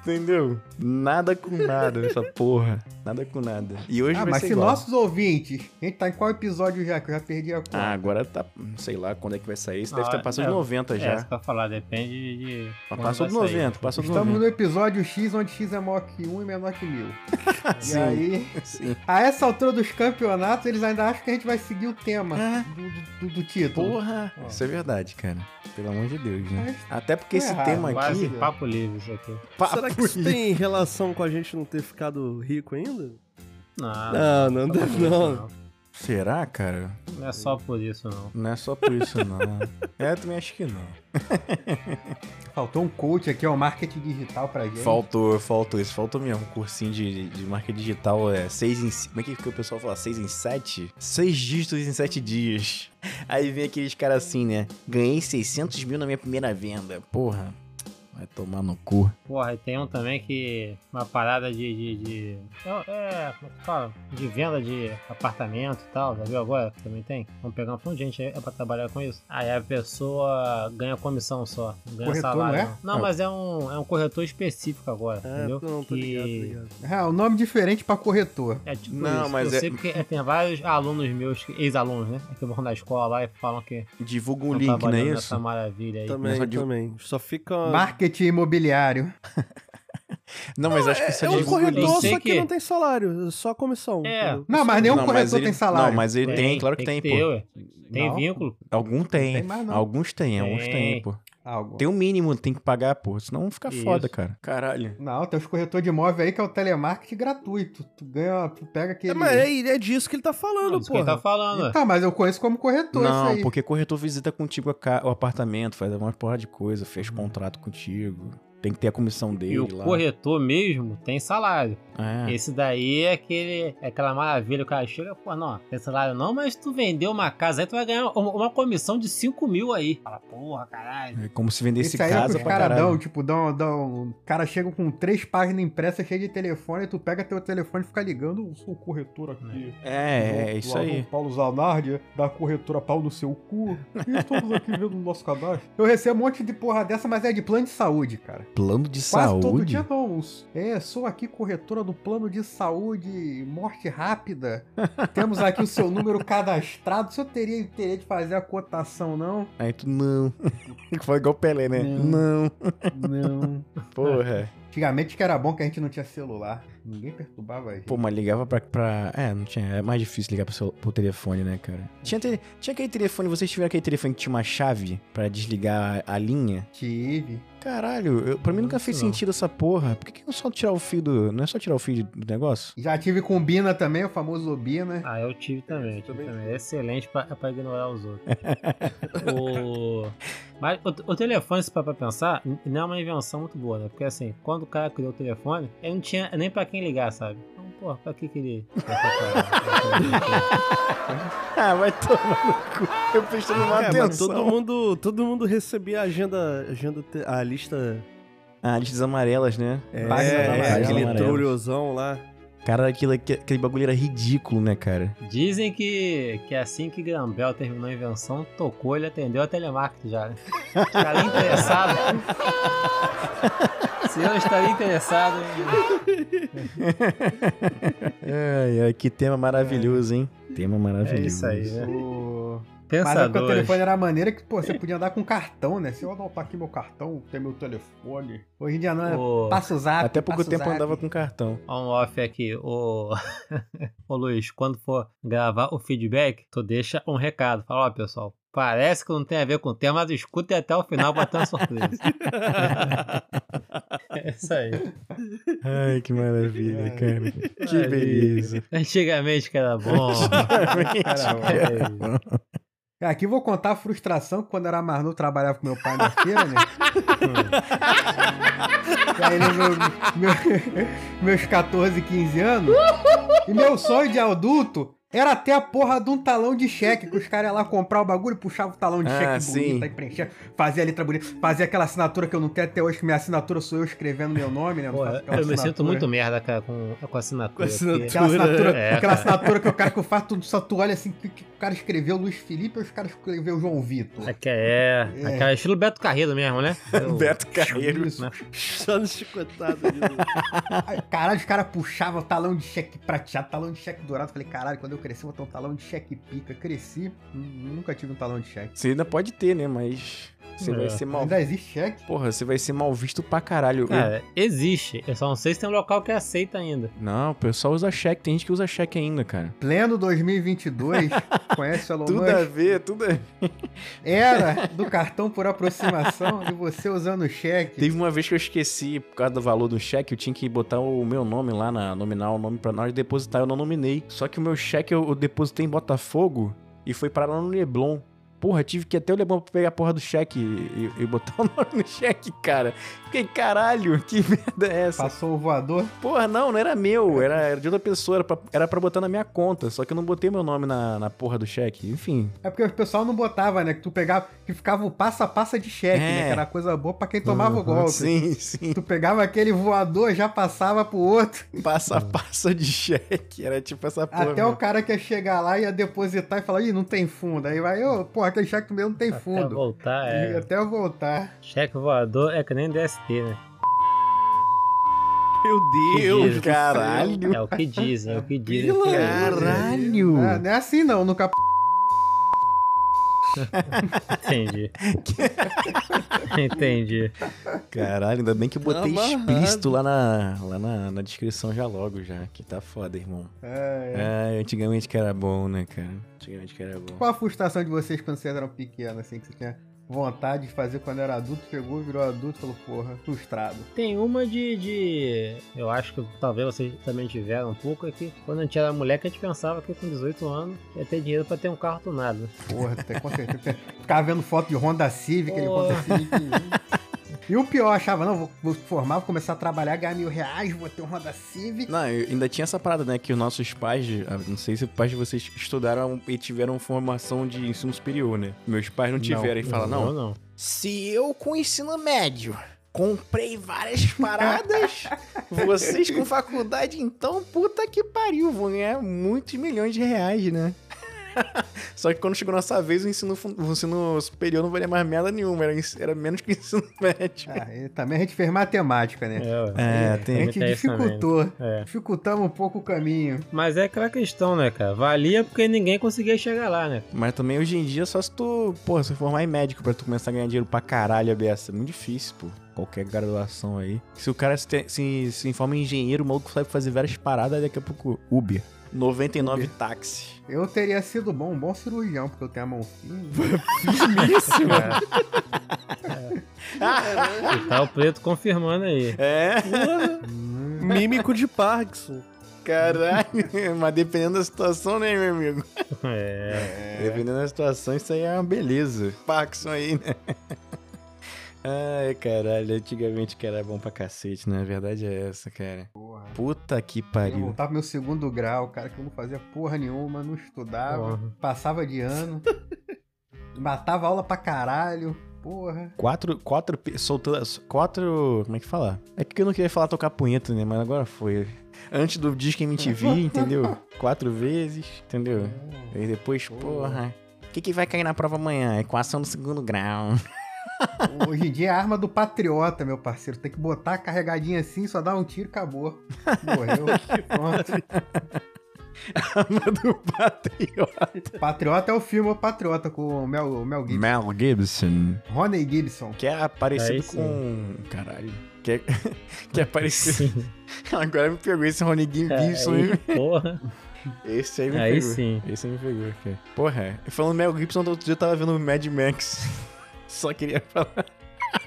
E: Entendeu? Nada com nada essa porra. Nada com nada. E hoje
D: Ah,
E: vai
D: mas
E: ser
D: se
E: igual.
D: nossos ouvintes. A gente tá em qual episódio já? Que eu já perdi a conta.
E: Ah, agora tá. Sei lá quando é que vai sair. Isso deve
B: Ah,
E: estar passando
B: é.
E: de 90
B: É,
E: já.
B: isso que eu ia falar, depende de.
D: Tá
E: Mas
B: quando
E: passou
B: vai
E: do
B: sair.
E: 90, passou do
D: Estamos
E: 90.
D: no episódio X, onde X é maior que 1 e menor que 1000.
E: Sim.
D: E aí,
E: Sim.
D: a essa altura dos campeonatos, eles ainda acham que a gente vai seguir o tema
E: É.
D: do, do- do título.
E: Porra! Isso é verdade, cara. Pelo amor de Deus, né? Até porque
D: Tô
E: esse
D: errado,
E: tema
B: Quase é.
E: aqui.
B: papo livre isso aqui.
E: Papo
C: Será que isso tem relação com a gente não ter ficado rico ainda? Não,
B: Não,
C: não,
B: é só por isso,
C: não.
E: Será, cara?
B: Não é só por isso, não.
E: Não é só por isso, não. é, eu também acho que não.
D: Faltou um coach aqui, ó, marketing digital pra gente.
E: Faltou, faltou isso, faltou mesmo. Um Cursinho de, de marca digital é 6 em. ci- Como é que, que o pessoal fala? 6 em 7? 6 dígitos em 7 dias. Aí vem aqueles caras assim, né? Ganhei 600 mil na minha primeira venda. Porra. Vai tomar no cu.
B: Porra, e tem um também que. Uma parada de. de, de- é, é, como é que fala? De venda de apartamento e tal. Já viu agora? Também tem. Vamos pegar um fundo de gente aí pra trabalhar com isso. Aí a pessoa ganha comissão só. Não ganha
D: Corretor,
B: salário.
D: não é?
B: Não, mas é um, é um corretor específico agora,
C: Ah. É,
B: entendeu?
C: porque eu não tô
B: Que-
C: ligado, tô ligado.
D: É, um nome diferente pra corretor.
B: É tipo
E: Não,
B: isso.
E: mas
B: eu
E: é-
B: sei porque é, tem vários alunos meus, que- ex-alunos, né? Que vão na escola lá e falam que
E: Divulga um
B: estão
E: link, não é
B: trabalhando
E: isso?
B: nessa maravilha aí.
E: Mas só
C: Também,
E: de-
C: também. Só fica.
E: Ah.
D: Marketing imobiliário.
E: Não, mas acho que isso
C: É um
E: divulga o
B: corretor,
E: link.
C: corretor,
B: sei
C: só que...
B: que-
C: não tem salário, é só comissão.
B: É.
C: entendeu?
D: Não, mas nenhum
E: Não, mas
D: corretor
E: ele-
D: tem salário.
E: Não, mas ele tem, claro que tem,
B: que
E: pô.
B: ter, ué. Tem
D: Não.
B: vínculo?
E: Algum tem.
D: Não tem mais, não.
E: Alguns tem, alguns tem,
B: Tem.
E: pô.
D: Algo.
E: Tem o mínimo, tem que pagar, pô. Senão fica
B: Isso.
E: foda, cara. Caralho.
D: Não, tem os corretores de imóvel aí que é o telemarketing gratuito. Tu ganha, tu pega aquele.
C: É, mas é, é disso que ele tá falando,
B: Não, isso que
C: pô.
B: ele tá falando, ué.
D: Tá, mas eu conheço como corretor é isso
E: Não,
D: aí.
E: porque corretor visita contigo a ca- o apartamento, faz uma porra de coisa, fez contrato contigo. Tem que ter a comissão
B: E
E: dele
B: o
E: lá.
B: corretor mesmo tem salário.
E: É.
B: Esse daí é, aquele, é aquela maravilha. O cara chega, pô, não, tem salário não, mas tu vendeu uma casa aí, tu vai ganhar uma, uma comissão de 5 mil aí. Fala, porra, caralho.
E: É como se vendesse
D: Isso aí é que
E: casa
D: os
E: pra
D: caras dão,
E: caralho.
D: tipo, dão, dão. O cara chega com três páginas impressas cheias de telefone, e tu pega teu telefone e fica ligando. Eu sou o corretor aqui.
E: É, é
D: do-
E: isso
D: do Aldo
E: aí.
D: Paulo Zanardi, da corretora pau no seu cu. E estamos aqui vendo o nosso cadastro. Eu recebo um monte de porra dessa, mas é de plano de saúde, cara.
E: Plano de
D: Quase todo
E: saúde?
D: dia não. É, sou aqui corretora do plano de saúde, morte rápida. Temos aqui o seu número cadastrado. Se eu teria interesse de fazer a cotação, não?
E: Aí tu, não. Foi igual o Pelé, né? Não.
D: Não.
E: Porra.
D: Antigamente que era bom que a gente não tinha celular. Ninguém perturbava a gente.
E: Pô, mas ligava pra, pra- É, não tinha. É mais difícil ligar pro, seu- pro telefone, né, cara? Tinha, tele- tinha aquele telefone, vocês tiveram aquele telefone que tinha uma chave pra desligar a, a linha?
D: Tive.
E: Caralho, eu, pra mim nunca fez
B: Não.
E: sentido essa porra. Por que, que não é só tirar o fio do. Não é só tirar o fio do negócio?
D: Já tive com Bina também, o famoso Bina.
B: Ah, eu tive também. Eu tive
C: Também
B: também. É excelente pra, pra ignorar os outros. o... Mas o, o telefone, se parar pra pensar, n- não é uma invenção muito boa, né? Porque assim, quando o cara criou o telefone, ele não tinha nem pra quem ligar, sabe? Então, porra, pra que que ele.
E: Ah, vai tomar no cu. Eu prestei uma
C: É, mas
E: atenção.
C: todo mundo, todo mundo recebia a agenda, agenda te- a lista
E: Ah, listas amarelas, né?
C: é,
D: Página
C: é,
D: amarela.
C: aquele
E: Amarela.
C: trolhozão lá.
E: Cara, aquilo, aquele bagulho era ridículo, né, cara?
B: Dizem que, que assim que Grambel terminou a invenção, tocou, ele atendeu a telemarketing já, né? Estaria interessado. Se eu estaria interessado
D: é
B: em.
E: Ai, ai, que tema maravilhoso, hein? É. Tema maravilhoso.
B: É isso aí, né?
E: Ah,
D: O... Mas é porque o
B: Pensadores.
D: telefone era a maneira que, pô, você podia andar com cartão, né? Se eu não, tá aqui meu cartão, tem meu telefone. Hoje em dia não é.
B: O...
D: Passa o zap.
E: Até pouco
D: passa o
E: tempo
D: zap.
E: andava com cartão.
B: on off aqui. Ô, ô Luiz, quando for gravar o feedback, tu deixa um recado. Fala, ó, pessoal, parece que não tem a ver com o tema, mas escutem até o final pra ter uma surpresa. é isso aí.
E: Ai, que maravilha, cara. Que
B: Maravilha.
E: beleza.
B: Antigamente que era bom. Era bom.
D: Cara, aqui eu vou contar a frustração que quando eu era mais novo, eu trabalhava com meu pai na feira, né? E aí, né, meu- meu- meus 14, 15 anos. E meu sonho de adulto era ter a porra de um talão de cheque, que os caras iam lá comprar o bagulho, puxavam o talão de
E: Ah,
D: cheque
E: sim.
D: bonito, aí preenchia, fazia a letra bonita, fazia aquela assinatura que eu não tenho até hoje, que minha assinatura sou eu escrevendo meu nome, né? Não
B: Pô,
D: faço aquela
B: eu me sinto
D: assinatura.
B: muito merda, cara, com, com a assinatura.
C: Com a assinatura.
D: Aquela assinatura,
B: É,
D: aquela
B: cara.
D: assinatura que o cara que eu faço, tu, só tu olha assim, que, que o cara escreveu Luiz Felipe ou os caras escreveu João Vitor?
B: porque- É, que é, é que é estilo Beto Carreiro mesmo, né? Eu-
E: Beto Carreiro.
B: Isso, né?
C: Só no chicotado. ali do-
D: Aí, Caralho, os caras puxavam talão de cheque prateado, talão de cheque dourado. Falei, caralho, quando eu cresci, eu vou ter um talão de cheque pica. Cresci, hum, nunca tive um talão de cheque.
E: Você ainda pode ter, né? Mas você vai
B: É.
E: ser mal.
D: Ainda existe cheque?
E: Porra, você vai ser mal visto pra caralho.
B: Cara, existe. Eu só não sei se tem um local que aceita ainda.
E: Não, o pessoal usa cheque. Tem gente que usa cheque ainda, cara.
D: Pleno 2022, conhece o Elon
E: Tudo é- a
D: Musk?
E: ver, tudo a ver.
D: Era do cartão por aproximação e você usando cheque.
E: Teve uma vez que eu esqueci, por causa do valor do cheque, eu tinha que botar o meu nome lá na nominal, o nome pra nós depositar. Eu não nominei. Só que o meu cheque eu, eu depositei em Botafogo e foi parar lá no Leblon. Porra, tive que ir até o Leblon pra pegar a porra do cheque e, e- e botar o nome no cheque, cara. Fiquei, caralho, que merda é essa?
D: Passou o voador.
E: Porra, não, não era meu, era, era de outra pessoa, era pra, era pra botar na minha conta, só que eu não botei meu nome na, na porra do cheque, enfim.
D: É porque o pessoal não botava, né? Que tu pegava, que ficava o passo a passa de cheque,
E: É.
D: né? Que era coisa boa pra quem tomava o
E: Uhum,
D: golpe.
E: Sim, sim,
D: Tu pegava aquele voador, já passava pro outro.
E: passa a passa de cheque, era tipo essa porra.
D: Até o cara que ia chegar lá e ia depositar e falar, ih, não tem fundo. Aí vai, ô, porra, aquele cheque mesmo não tem
B: Até
D: fundo.
B: voltar,
D: E
B: é.
D: até eu voltar.
B: Cheque voador é que nem DST, né?
E: Meu
B: Deus
E: Deus,
B: do
E: caralho.
B: É o que dizem, é o que dizem.
E: Caralho!
D: Ah, não é assim não, nunca.
B: Entendi. Entendi.
E: Caralho, ainda bem que eu botei
C: Tá amarrado.
E: explícito lá, na, lá na, na descrição já logo, já. Que tá foda, irmão.
D: É, é.
E: Ai, antigamente que era bom, né, cara? Antigamente que era bom.
D: Qual a frustração de vocês quando vocês eram pequenos, assim, que você tinha vontade de fazer quando era adulto, chegou, virou adulto e falou, porra, frustrado.
B: Tem uma de, de. Eu acho que talvez vocês também tiveram um pouco aqui. Quando a gente era moleque, a gente pensava que com 18 anos ia ter dinheiro pra ter um carro tunado.
D: Porra, até com certeza. Ficava vendo foto de Honda Civic, aquele
B: Porra.
D: Honda Civic. E o pior, eu achava, não, vou, vou formar, vou começar a trabalhar, ganhar mil reais, vou ter um Honda Civic.
E: Não, eu- ainda tinha essa parada, né? Que os nossos pais, ah, não sei se os pais de vocês estudaram e tiveram formação de ensino superior, né? Meus pais não tiveram e falam, não,
B: Eu não.
E: Se eu com ensino médio comprei várias paradas, vocês com faculdade então, puta que pariu, vão ganhar muitos milhões de reais, né? Só que quando chegou nossa vez, o ensino, fun- o ensino superior não valia mais merda nenhuma, era, ens- era menos que o ensino médio.
D: Ah, e também a gente fez matemática, né?
E: É,
D: A
E: tem-
D: gente
B: tem isso também, né?
D: dificultou.
B: É.
D: Dificultamos um pouco o caminho.
B: Mas é aquela questão, né, cara? Valia porque ninguém conseguia chegar lá, né?
E: Mas também hoje em dia, só se tu, porra, se formar em médico pra tu começar a ganhar dinheiro pra caralho, ABS. É muito difícil, pô. Qualquer graduação aí. Se o cara se, te- se, se informa em engenheiro, o maluco sabe fazer várias paradas, daqui a pouco Uber. 99 táxi.
D: Eu teria sido bom, um bom cirurgião, porque eu tenho a mão fina.
B: E tá o preto confirmando aí.
E: É,
C: Mímico de Parkinson.
E: caralho. Mas dependendo da situação, né, meu amigo?
B: É.
E: Dependendo da situação, isso aí é uma beleza. Paxson aí, né? Ai, caralho, antigamente que era bom pra cacete, né? A verdade é essa, cara. Puta que
D: Eu ia
E: pariu.
D: voltar pro meu segundo grau, cara, que eu não fazia porra nenhuma, não estudava,
B: Porra.
D: passava de ano, matava aula pra caralho, porra.
E: Quatro, quatro, pe- soltando, as- quatro, como é que fala? É que eu não queria falar tocar punheta, né? Mas agora foi. Antes do Disque MTV, entendeu? Quatro vezes, entendeu? Aí depois, porra, o que que vai cair na prova amanhã? Equação do segundo grau.
D: Hoje em dia é a arma do patriota, meu parceiro. Tem que botar a carregadinha assim, só dar um tiro e acabou. Morreu. Pronto.
E: Arma do patriota.
D: Patriota é o filme O Patriota com o Mel, o Mel Gibson.
E: Mel Gibson.
D: Ronnie Gibson.
E: Que é parecido
B: Aí sim.
E: com. Caralho. Que é, que é parecido. Agora me pegou esse Rony Gim Gibson.
B: É. Aí,
E: hein?
B: porra.
E: Esse aí me
B: Aí
E: pegou.
B: sim.
E: Esse aí me pegou. Cara. Porra, é. falando Mel Gibson, outro dia eu tava vendo Mad Max. Só queria falar.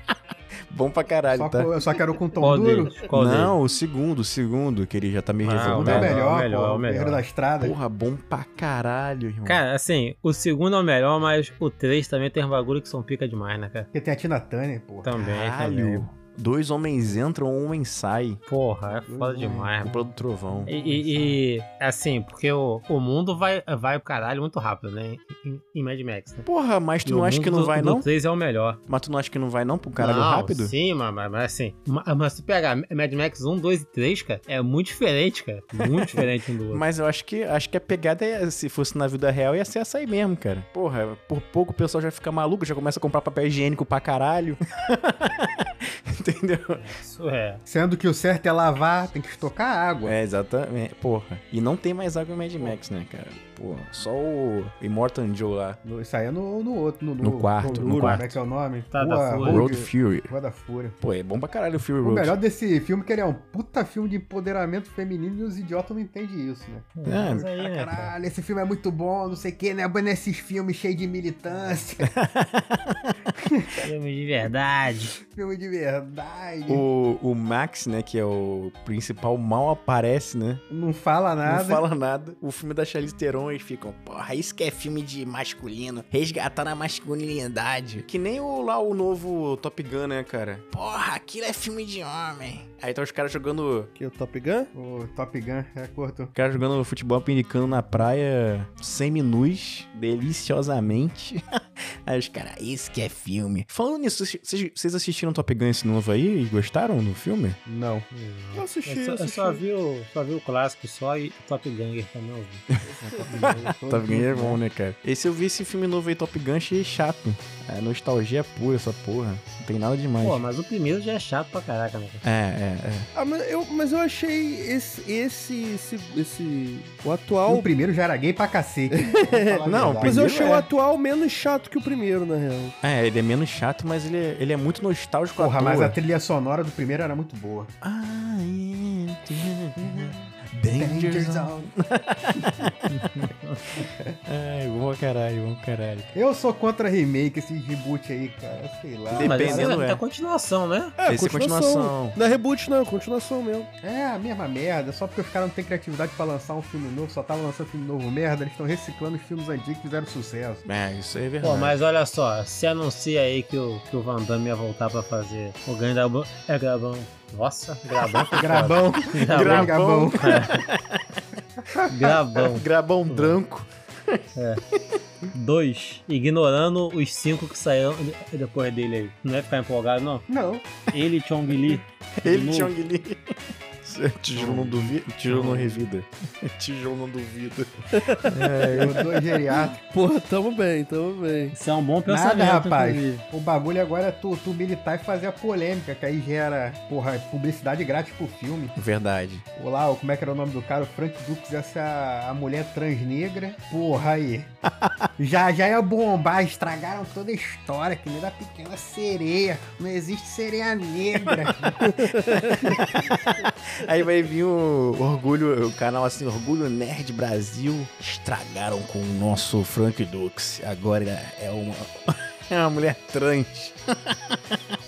E: Bom pra caralho,
D: Só,
E: tá?
D: que só quero com o Tom
B: Qual
D: Duro.
B: deles? Qual
E: Não, o segundo, o segundo, que ele já tá meio
B: Ah,
D: O
E: revoltado.
D: Duro é o melhor,
B: melhor, o melhor,
D: pô.
B: o
D: O Guerreiro
B: melhor.
D: da Estrada.
E: Porra, bom pra caralho, irmão.
B: Cara, assim, o segundo é o melhor, mas o três também tem um bagulho que são pica demais, né, cara?
D: Porque tem a Tina Turner, porra.
B: Também, também.
E: caralho. Dois homens entram, um homem sai.
B: Porra, é foda
E: Hum.
B: demais,
E: Comprou do trovão.
B: E, e- e, assim, porque o, o mundo vai, vai pro caralho muito rápido, né? Em, em Mad Max, né?
E: Porra, mas tu
B: E o
E: não acha
B: mundo
E: que não
B: do-
E: vai,
B: do
E: não?
B: 3 é o melhor.
E: Mas tu não acha que não vai, não, pro caralho
B: Não,
E: rápido?
B: Sim, mas, mas- mas assim, ma- mas se tu pegar Mad Max 1, 2 e 3, cara, é muito diferente, cara. Muito diferente um do outro.
E: Mas eu acho que acho que a pegada é, se fosse na vida real, ia ser essa aí mesmo, cara. Porra, por pouco o pessoal já fica maluco, já começa a comprar papel higiênico pra caralho. Entendeu?
B: Isso é.
D: Sendo que o certo é lavar, tem que estocar água.
E: É, exatamente. Porra. E não tem mais água em Mad Max, né, cara? Porra. Só o Immortal Joe lá.
D: No- Isso aí é no, no outro, no,
E: No quarto,
D: no,
E: no quarto.
D: Como é que é o nome?
B: Tá, da
D: Rua-
B: Fúria.
D: Road-
E: Road Fury.
D: Rua da Fúria.
E: Pô, é bom pra caralho o Fury
D: O
E: Road.
D: melhor desse filme é que ele é um puta filme de empoderamento feminino e os idiotas não entendem isso, né?
E: É,
B: Mas aí, né, cara?
D: Caralho, esse filme é muito bom, não sei o que, né? Bom, nesses filmes cheios de militância,
B: Filme de verdade.
D: filme de verdade.
E: o, o Max, né, que é o principal, mal aparece, né?
D: Não fala nada.
E: Não fala nada. O filme da Charlize Theron, eles ficam, porra, isso que é filme de masculino, resgatar a masculinidade. Que nem o, lá o novo Top Gun, né, cara? Porra, aquilo é filme de homem. Aí tá os caras jogando...
C: Que é o Top Gun?
D: O Top Gun é curto.
E: Os caras jogando futebol americano na praia, seminus, deliciosamente. Aí os caras, isso que é filme. Falando nisso, vocês vocês assistiram Top Gun esse novo aí e gostaram do filme?
D: Não.
C: Eu assisti,
B: Eu só, eu
C: assisti.
B: só vi o, só vi o clássico só e Top Ganger também ouvi.
E: Top Gun é bom, né, cara? Esse eu vi esse filme novo aí, Top Gun, achei chato. É nostalgia pura essa porra. Não tem nada demais.
B: Pô, mas o primeiro já é chato pra caraca, né? cara?
E: É, é,
C: Ah, mas eu, mas eu achei esse, esse, esse, esse- o
D: O
C: atual...
D: primeiro já era gay pra cacete. Vamos falar a verdade.
E: Não,
C: Mas eu
E: primeiro
C: achei
E: é.
C: o atual menos chato que o primeiro, na real.
E: é. É, ele é menos chato, mas ele é, ele é muito nostálgico à
D: Porra, mas
E: toa.
D: a trilha sonora do primeiro era muito boa.
E: Ah, é. Danger Zone. Ai, bom caralho, bom caralho.
D: Eu sou contra remake, esse reboot aí, cara. Sei lá.
E: Depende.
B: Mas esse
E: Dependendo,
B: é
E: é.
B: da continuação, né?
C: É,
E: Esse é continuação.
C: Não é reboot, não. é Continuação mesmo.
D: É a mesma merda, só porque os caras não têm criatividade pra lançar um filme novo, só tava lançando filme novo merda, eles estão reciclando os filmes antigos que fizeram sucesso.
E: É, isso aí é verdade.
B: Pô, mas olha só, se anuncia aí que o, que o Van Damme ia voltar pra fazer o Ganho da Ban- É Grabão. Nossa, Grabão. foi
D: Grabão,
B: foda. Grabão.
E: Grabão.
D: Grabão.
B: Grabão.
E: Grabão branco.
B: Dois. Ignorando os cinco que saíram depois dele aí. Não é ficar empolgado, não.
D: Não,
B: Ele, Chong Li.
E: Ele,
B: novo.
E: Chong Li. Tijolo não duvida. Tijolo não revida. Tijolo não duvida.
D: Eu dou geriátrico.
C: Porra, tamo bem, tamo bem.
B: Isso é um bom pensamento,
D: Nada, rapaz.
B: inclusive.
D: O bagulho agora é tu, tu militar e fazer a polêmica, que aí gera, porra, publicidade grátis pro filme.
E: Verdade.
D: Ou lá, ou como é que era o nome do cara? O Frank Dukes, essa a mulher transnegra. Porra aí. já já ia bombar, estragaram toda a história, que nem da pequena sereia. Não existe sereia negra.
E: Aí vai vir o orgulho, o canal assim, Orgulho Nerd Brasil. Estragaram com o nosso Frank Dux. Agora é uma. É uma mulher trans.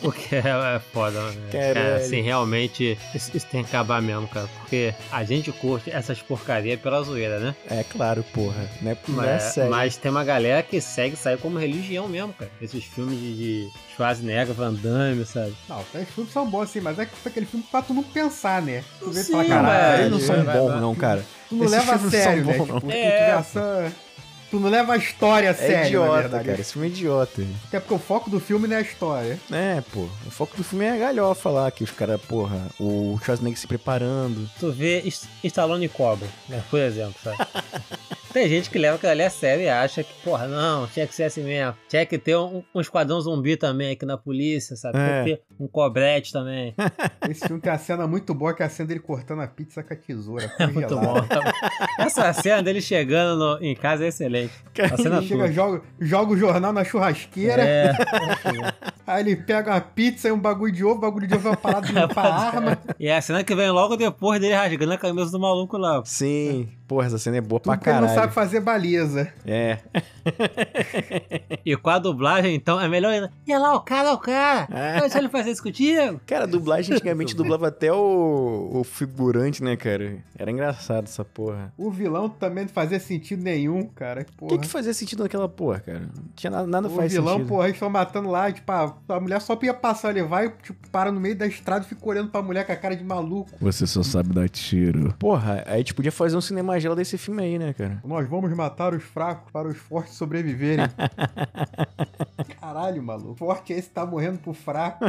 B: Porque é é foda, mano.
E: Caralho.
B: Cara, assim, realmente, isso, isso tem que acabar mesmo, cara. Porque a gente curte essas porcarias pela zoeira, né?
E: É claro, porra. Não é, não é
B: Mas,
E: sério.
B: mas tem uma galera que segue sair como religião mesmo, cara. Esses filmes de, de Schwarzenegger, Van Damme, sabe?
D: não, os filmes são bons assim, mas é que foi aquele filme pra tu não pensar, né? Tu vê e
B: Sim,
D: fala,
B: mas-
D: caralho. né? é,
E: Eles não são
B: vai, vai,
E: bons,
B: vai.
E: não, cara.
D: Tu não
E: Esses
D: leva a
E: filmes não
D: sério,
E: são
D: né?
E: bons,
D: Tipo,
E: não.
D: tu, tu
B: É.
D: vê essa- tu não leva a história a sério,
E: É
D: na
E: idiota,
D: verdade.
E: cara. Esse filme é idiota.
D: Até porque o foco do filme não é a história.
E: É, pô. O foco do filme é a galhofa lá, que os caras, porra, o Schwarzenegger se preparando.
B: Tu vê Est- Stallone Cobra, né? Por exemplo, sabe? Tem gente que leva aquilo ali a sério e acha que, porra, não, tinha que ser assim mesmo. Tinha que ter um, um esquadrão zumbi também aqui na polícia, sabe?
E: É.
B: Tinha que ter um cobrete também.
D: Esse filme tem a cena muito boa, que é a cena dele cortando a pizza com a tesoura.
B: É muito bom. Essa cena dele chegando no- em casa é excelente. A cena
D: Ele chega,
B: toda.
D: joga, joga o jornal na churrasqueira,
B: É,
D: aí ele pega uma pizza e um bagulho de ovo, o bagulho de ovo é uma parada de limpar a arma.
B: e é a cena que vem logo depois dele rasgando a camisa do maluco lá.
E: Sim, porra, essa cena é boa pra
D: Tudo que ele não
E: caralho.
D: sabe fazer baliza.
E: É.
B: E com a dublagem, então, é melhor ainda. E lá, o cara, o cara.
E: É.
B: Deixa ele fazer isso contigo.
E: Cara, a dublagem antigamente dublava até o, o figurante, né, cara? Era engraçado essa porra.
D: O vilão também não fazia sentido nenhum, cara.
E: O
D: Porra.
E: que, que fazia sentido naquela porra, cara? Não tinha nada, nada
D: o
E: faz
D: vilão,
E: sentido.
D: porra, eles estão matando lá, tipo, a, a mulher só ia passar, ele vai, tipo, para no meio da estrada e fica olhando pra mulher com a cara de maluco.
E: Você só sabe dar tiro. Porra, a gente podia fazer um cinema gel desse filme aí, né, cara?
D: Nós vamos matar os fracos para os fortes sobreviverem. Caralho, maluco. Forte é esse que tá morrendo pro fraco.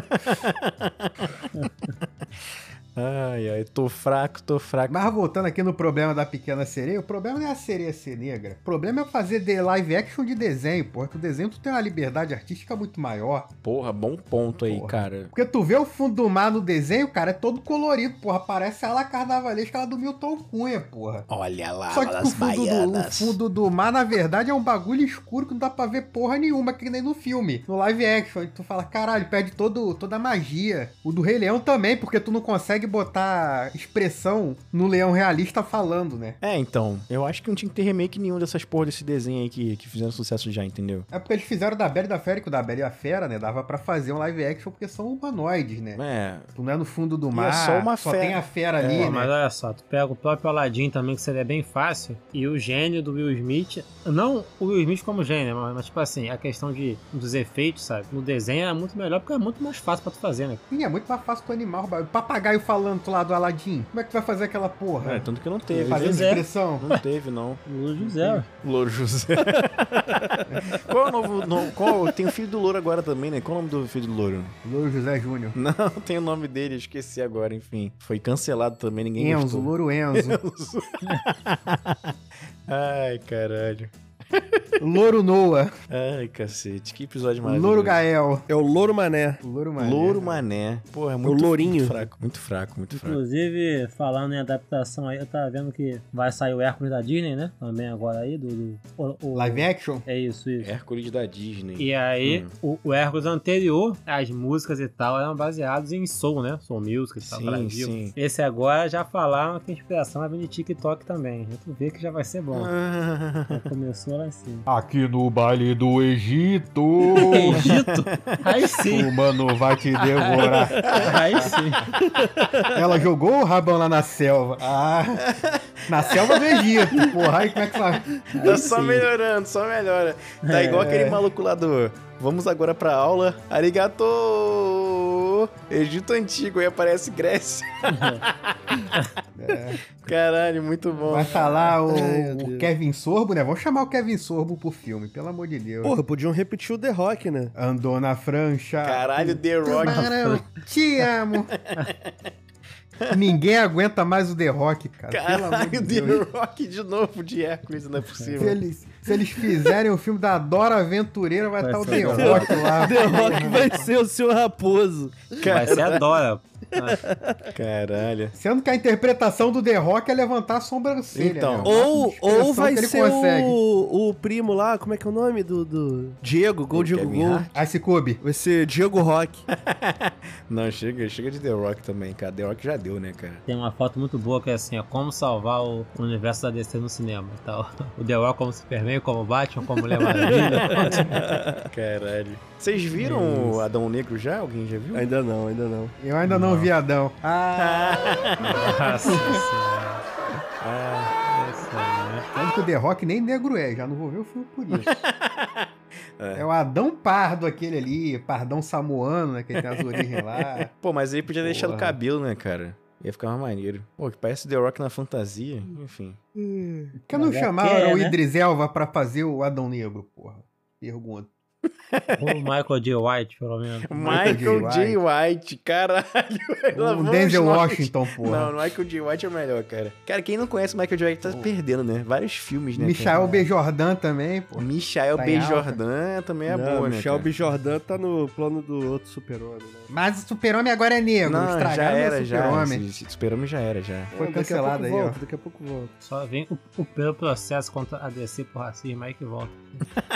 E: Ai, ai, tô fraco, tô fraco.
D: Mas voltando aqui no problema da pequena sereia, o problema não é a sereia ser negra. O problema é fazer de live action de desenho, porra. Que o desenho tu tem uma liberdade artística muito maior.
E: Porra, bom ponto aí,
D: Porra.
E: cara.
D: Porque tu vê o fundo do mar no desenho, cara, é todo colorido, porra. Parece a ala carnavalesca lá do Milton Cunha, porra.
E: Olha lá,
D: Só que o fundo, do, o fundo do mar, na verdade, é um bagulho escuro que não dá pra ver porra nenhuma, que nem no filme. No live action, aí tu fala, caralho, perde todo, toda a magia. O do Rei Leão também, porque tu não consegue botar expressão no leão realista falando, né?
E: É, então, eu acho que não tinha que ter remake nenhum dessas porra desse desenho aí que, que fizeram sucesso já, entendeu?
D: É porque eles fizeram da Bela e da Fera, que o da Bela e a Fera, né? Dava pra fazer um live action porque são humanoides, né?
E: É,
D: Tu não é no fundo do
E: é
D: mar,
E: só uma fera.
D: tem a fera ali,
B: Pô,
D: né?
B: É, mas olha só, tu pega o próprio Aladdin também, que seria bem fácil, e o gênio do Will Smith, não o Will Smith como gênio, mas, mas, tipo assim, a questão de, dos efeitos, sabe? No desenho é muito melhor, porque é muito mais fácil pra tu fazer, né?
D: Sim, é muito mais fácil pro animal, o papagaio falando lá do Aladim. Como é que tu vai fazer aquela porra?
E: é, tanto que não teve.
D: Fazendo
B: Pois é.
D: expressão?
E: Não teve, não.
B: O José,
E: Louro José. qual é o novo. No, qual, tem o filho do Louro agora também, né? Qual é o nome do filho do Louro?
D: Louro José Júnior.
E: Não, tem o nome dele, eu esqueci agora, enfim. Foi cancelado também, ninguém
D: Enzo,
E: gostou.
D: Louro Enzo.
E: Ai, caralho.
D: Louro Noah.
E: Ai, cacete. Que episódio maravilhoso.
D: Louro Gael.
C: É o Louro Mané.
D: Louro Mané.
E: Louro Mané. Porra, é muito,
C: Lourinho.
E: muito fraco. Muito fraco, muito fraco.
B: inclusive, falando em adaptação aí, eu tava vendo que vai sair o Hércules da Disney, né? Também agora aí, do... do- o- o-
D: Live action?
B: é isso, isso.
E: Hércules da Disney.
B: E
E: Hum.
B: aí, o, o Hércules anterior, as músicas e tal eram baseadas em soul, né? Soul music e tal,
E: Sim,
B: Brasil.
E: sim.
B: Esse agora já falaram que a inspiração vai vir de TikTok também. Já tu vê que já vai ser bom.
E: Ah.
B: Já começou lá em cima.
D: Aqui no baile do Egito,
B: Egito? Aí sim.
D: humano vai te devorar.
B: Aí sim.
D: Ela jogou o rabão lá na selva. Ah, na selva do Egito. Porra, aí É. como é que faz?
E: Tá só melhorando, só melhora. Tá igual aquele maluco lá do. Vamos agora pra aula. Arigato! Egito Antigo, aí aparece Grécia. É. Caralho, muito bom.
D: Vai estar lá o,
C: Ai, meu
D: o
C: Deus.
D: Kevin Sorbo, né? Vamos chamar o Kevin Sorbo pro filme, pelo amor de Deus.
C: Porra, podiam repetir o The Rock, né?
D: Andou na Francha.
E: Caralho, The Rock.
D: Tubarão, te amo. Ninguém aguenta mais o The Rock, cara. Pelo amor de
C: Caralho,
D: Deus.
C: The Rock de novo de Hércules, não é
D: Se
C: possível.
D: eles, se eles fizerem o filme da Dora Aventureira, vai
B: Vai
D: estar o
B: ser
D: The
B: legal.
D: Rock lá.
C: The Rock vai ser o seu raposo.
B: Vai ser a Dora.
E: Caralho.
D: Sendo que a interpretação do The Rock é levantar a sobrancelha.
E: Então.
D: né? O máximo
C: Ou,
D: de expressão
C: ou vai
D: que ele
C: ser
D: consegue.
C: o, o primo lá, como é que é o nome do. do... Diego, Gol
E: Do
C: Diego
E: Kevin
C: Gol.
E: Hart?
D: Ice Cube.
C: Vai ser Diego Rock.
E: Não, chega, chega de The Rock também, cara. The Rock já deu, né, cara?
B: Tem uma foto muito boa que é assim, ó, como salvar o universo da DC no cinema e tal. O The Rock como Superman, como Batman, como Mulher Maravilha.
E: Caralho. Vocês viram o Adão Negro já? Alguém já viu?
C: Ainda não, ainda não.
D: Eu ainda não, vi Adão. Ah,
B: Nossa senhora.
E: Ah.
B: Isso aí, né?
D: tanto que o The Rock nem negro é, já não vou ver o filme por isso. É. o Adão Pardo, aquele ali, Pardão Samoano, né? Que tem as origens lá.
E: Pô, mas aí podia deixar o
D: Porra.
E: cabelo, né, cara? Ia ficar mais maneiro. Pô, que parece The Rock na fantasia. Enfim.
D: Que não
B: Mas é
D: chamaram
B: que é,
D: o
B: né?
D: Idris Elva pra fazer o Adão Negro, porra? Pergunta.
B: né? Ou Michael J. White, pelo menos.
E: Michael J.
D: J.
E: White, caralho.
D: O
E: Vamos
D: Denzel
E: nós.
D: Washington, porra.
E: Não, Michael J. White é o melhor, cara. Cara, quem não conhece Michael J. White tá perdendo, né? Vários filmes, né?
D: Michael
E: cara?
D: B. Jordan também, pô.
E: Michael
D: Tá
E: B.
D: em alta.
E: Jordan também é
C: não,
E: boa, né?
C: Michel
E: cara?
C: B. Jordan tá no plano do outro super-homem, né?
D: Mas o super-homem agora é negro.
E: Não, já
D: Estragaram meu
E: era, já.
D: super-homem.
E: Esse- esse Super-Homem já era, já.
D: Foi
C: É,
D: cancelado aí,
C: daqui a pouco
D: ó.
C: volta, Daqui a pouco volta.
B: Só vem o, o pelo processo contra a DC por racismo aí que volta.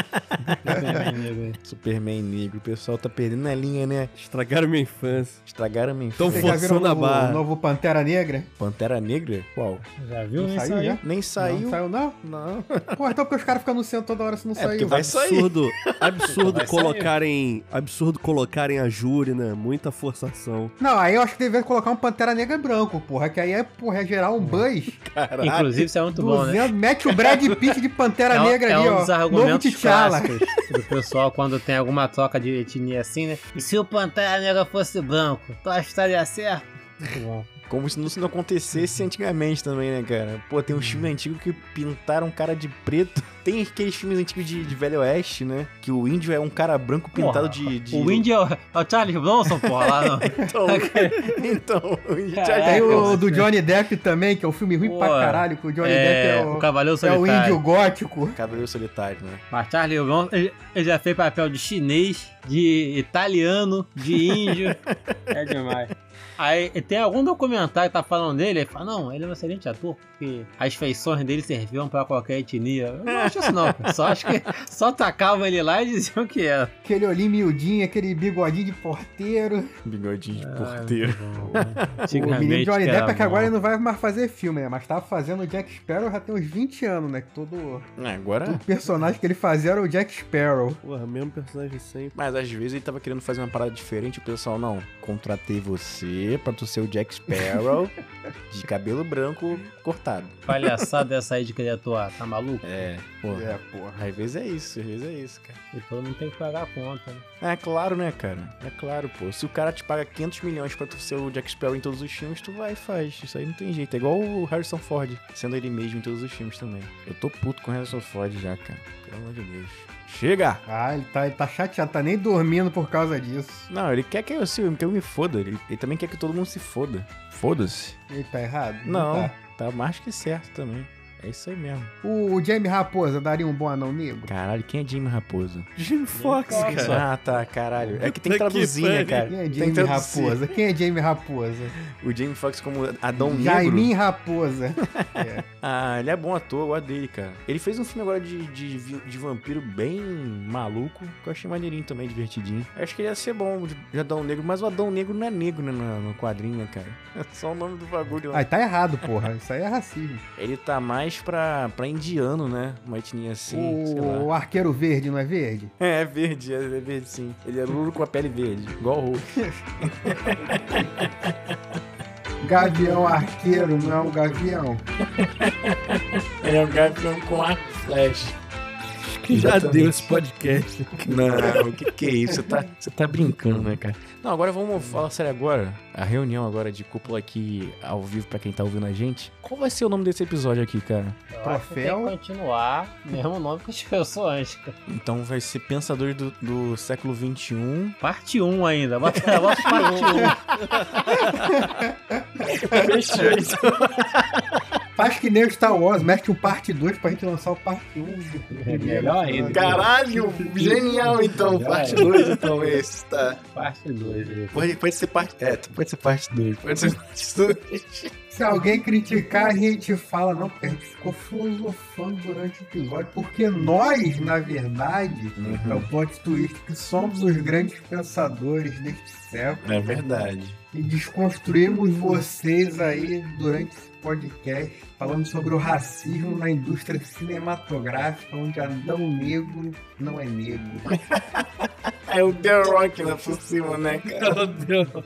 B: Superman negro aí.
E: Superman negro. O pessoal tá perdendo a linha, né?
C: Estragaram minha infância.
E: Estragaram a minha
C: Então
E: infância.
C: foi-
D: já viram
C: Forçou na
D: o novo,
C: barra.
D: o novo Pantera Negra?
E: Pantera Negra? Qual?
B: Já viu?
D: Não
B: Nem
D: saiu,
B: saiu.
D: já?
E: Nem
D: Não
E: saiu.
D: saiu, não?
E: Tá Não.
D: Pô, então porque os caras ficam anunciando toda hora se não
E: É, porque
D: saiu.
E: vai sair.
C: Absurdo,
I: É
C: absurdo
B: Vai sair.
C: colocarem, absurdo colocarem a júri, né? Muita forçação.
D: Não, aí eu acho que deveria colocar um Pantera Negra branco, porra. Que aí é, porra, é gerar um buzz.
E: Caralho.
B: Inclusive, isso é muito bom, né?
D: 200, mete o Brad Pitt de Pantera
B: é, um-
D: Negra
B: é
D: ali,
B: um
D: ó.
B: dos
D: Novo
B: argumentos
D: T'Challa.
B: clássicos do pessoal quando tem alguma troca de etnia assim, né? E se o Pantera Negra fosse branco, tu acha que estaria certo? Muito bom.
E: Como se isso não acontecesse antigamente também, né, cara? Pô, tem uns filmes antigos que pintaram um cara de preto. Tem aqueles filmes antigos de, de Velho Oeste, né? Que o índio é um cara branco
B: Porra,
E: pintado de, de-
B: O índio é o, é o Charles Bronson, porra, lá no...
E: Então, então o índio
B: Caralho.
E: é
D: Tem
E: branco.
D: o do Johnny Depp também, que é um filme ruim pra
B: Pô,
D: caralho, que o Johnny
B: é,
D: Depp é
B: o
D: o,
B: Cavaleiro
D: é o
B: Solitário.
D: índio gótico.
E: Cavaleiro Solitário, né?
B: Mas Charles Bronson, ele, ele já fez papel de chinês, de italiano, de índio. é demais. Aí e tem algum documentário que tá falando dele, ele fala, não, ele é um excelente ator, porque as feições dele serviam pra qualquer etnia. Eu não acho isso não, cara. só acho que só tacavam ele lá e diziam que era.
D: Aquele olhinho miudinho, aquele bigodinho de porteiro.
E: Bigodinho de porteiro.
D: O menino
B: Antigamente,
D: Johnny
B: que
D: Depp
B: era
D: é que agora
B: bom.
D: ele não vai mais fazer filme, né? Mas tava fazendo o Jack Sparrow já tem uns 20 anos, né? Que todo,
E: Ah, Agora.
D: todo personagem que ele fazia era o Jack Sparrow.
C: Porra, mesmo personagem sempre.
E: Mas às vezes ele tava querendo fazer uma parada diferente. O pessoal, não, contratei você pra tu ser o Jack Sparrow de cabelo branco cortado.
B: Palhaçada essa aí de querer atuar, tá maluco?
E: É, porra.
D: É, porra.
E: Às vezes é isso, às vezes é isso, cara.
B: E todo mundo tem que pagar a conta, né?
E: É claro, né, cara? É claro, pô. Se o cara te paga 500 milhões pra tu ser o Jack Sparrow em todos os filmes, tu vai e faz. Isso aí não tem jeito. É igual o Harrison Ford, sendo ele mesmo em todos os filmes também. Eu tô puto com o Harrison Ford já, cara. Pelo amor de Deus. Chega!
D: Ah, ele tá, ele tá chateado, tá nem dormindo por causa disso.
E: Não, ele quer que eu, se, que eu me foda. Ele, ele também quer que todo mundo se foda. Foda-se.
D: Ele tá errado?
E: Não,
D: Tá.
E: tá mais que certo também. É isso aí mesmo.
D: O, o Jamie Raposa daria um bom anão negro?
E: Caralho, quem é Jimmy Raposo?
C: Jim Fox, cara.
E: Ah, tá, caralho. É que tem que
C: Puta que
E: traduzir, né,
C: pariu.
E: cara?
D: Quem é
E: Tem que
D: Jamie
E: traduzir.
D: Raposa? Quem é Jamie Raposa?
E: O Jamie Foxx como Adão Negro.
D: Jaimin Raposa. É.
E: Ah, ele é bom ator, eu gosto dele, cara. Ele fez um filme agora de, de, vi- de vampiro bem maluco, que eu achei maneirinho também, divertidinho. Eu acho que ele ia ser bom de, de Adão Negro, mas o Adão Negro não é negro né, no, no quadrinho, né, cara? É só o nome do bagulho lá.
D: Aí tá errado, porra. Isso aí é racismo.
E: Ele tá mais pra, pra indiano, né? Uma etnia assim, sei lá.
D: o arqueiro verde não é verde?
E: É, é verde, é é verde sim. Ele é louro com a pele verde, igual o Hulk.
D: Gavião arqueiro não é um gavião.
E: Ele é um gavião com arco e flecha.
C: Já
E: Exatamente.
C: deu esse podcast.
E: Não, o que, que é isso? Você tá, você tá brincando, né, cara? Não, agora vamos falar sério agora. A reunião agora de cúpula aqui ao vivo pra quem tá ouvindo a gente. Qual vai ser o nome desse episódio aqui, cara?
B: Eu acho que tem
D: Troféu.
B: que continuar, mesmo nome que a gente pensou antes, cara.
E: Então vai ser Pensadores do, do século um. XXI.
B: um Parte 1 ainda, bota bota parte um.
D: Faz que nem o Star Wars, mete o parte 2 pra gente lançar o parte 1.
B: É melhor ainda.
I: Caralho, genial então, parte 2 então
E: é
I: esse, tá?
B: Parte 2.
I: Pode, pode ser parte. É, pode ser parte 2, pode ser parte 2.
D: Se alguém criticar, a gente fala, não, porque a gente ficou filosofando durante o episódio, porque nós, na verdade,
B: Uhum.
D: é o plot twist que somos os grandes pensadores deste século
I: É verdade.
D: e desconstruímos vocês aí durante esse podcast, falando sobre o racismo na indústria cinematográfica, onde Adão Negro não é negro.
I: É o The Rock lá por cima, né, cara?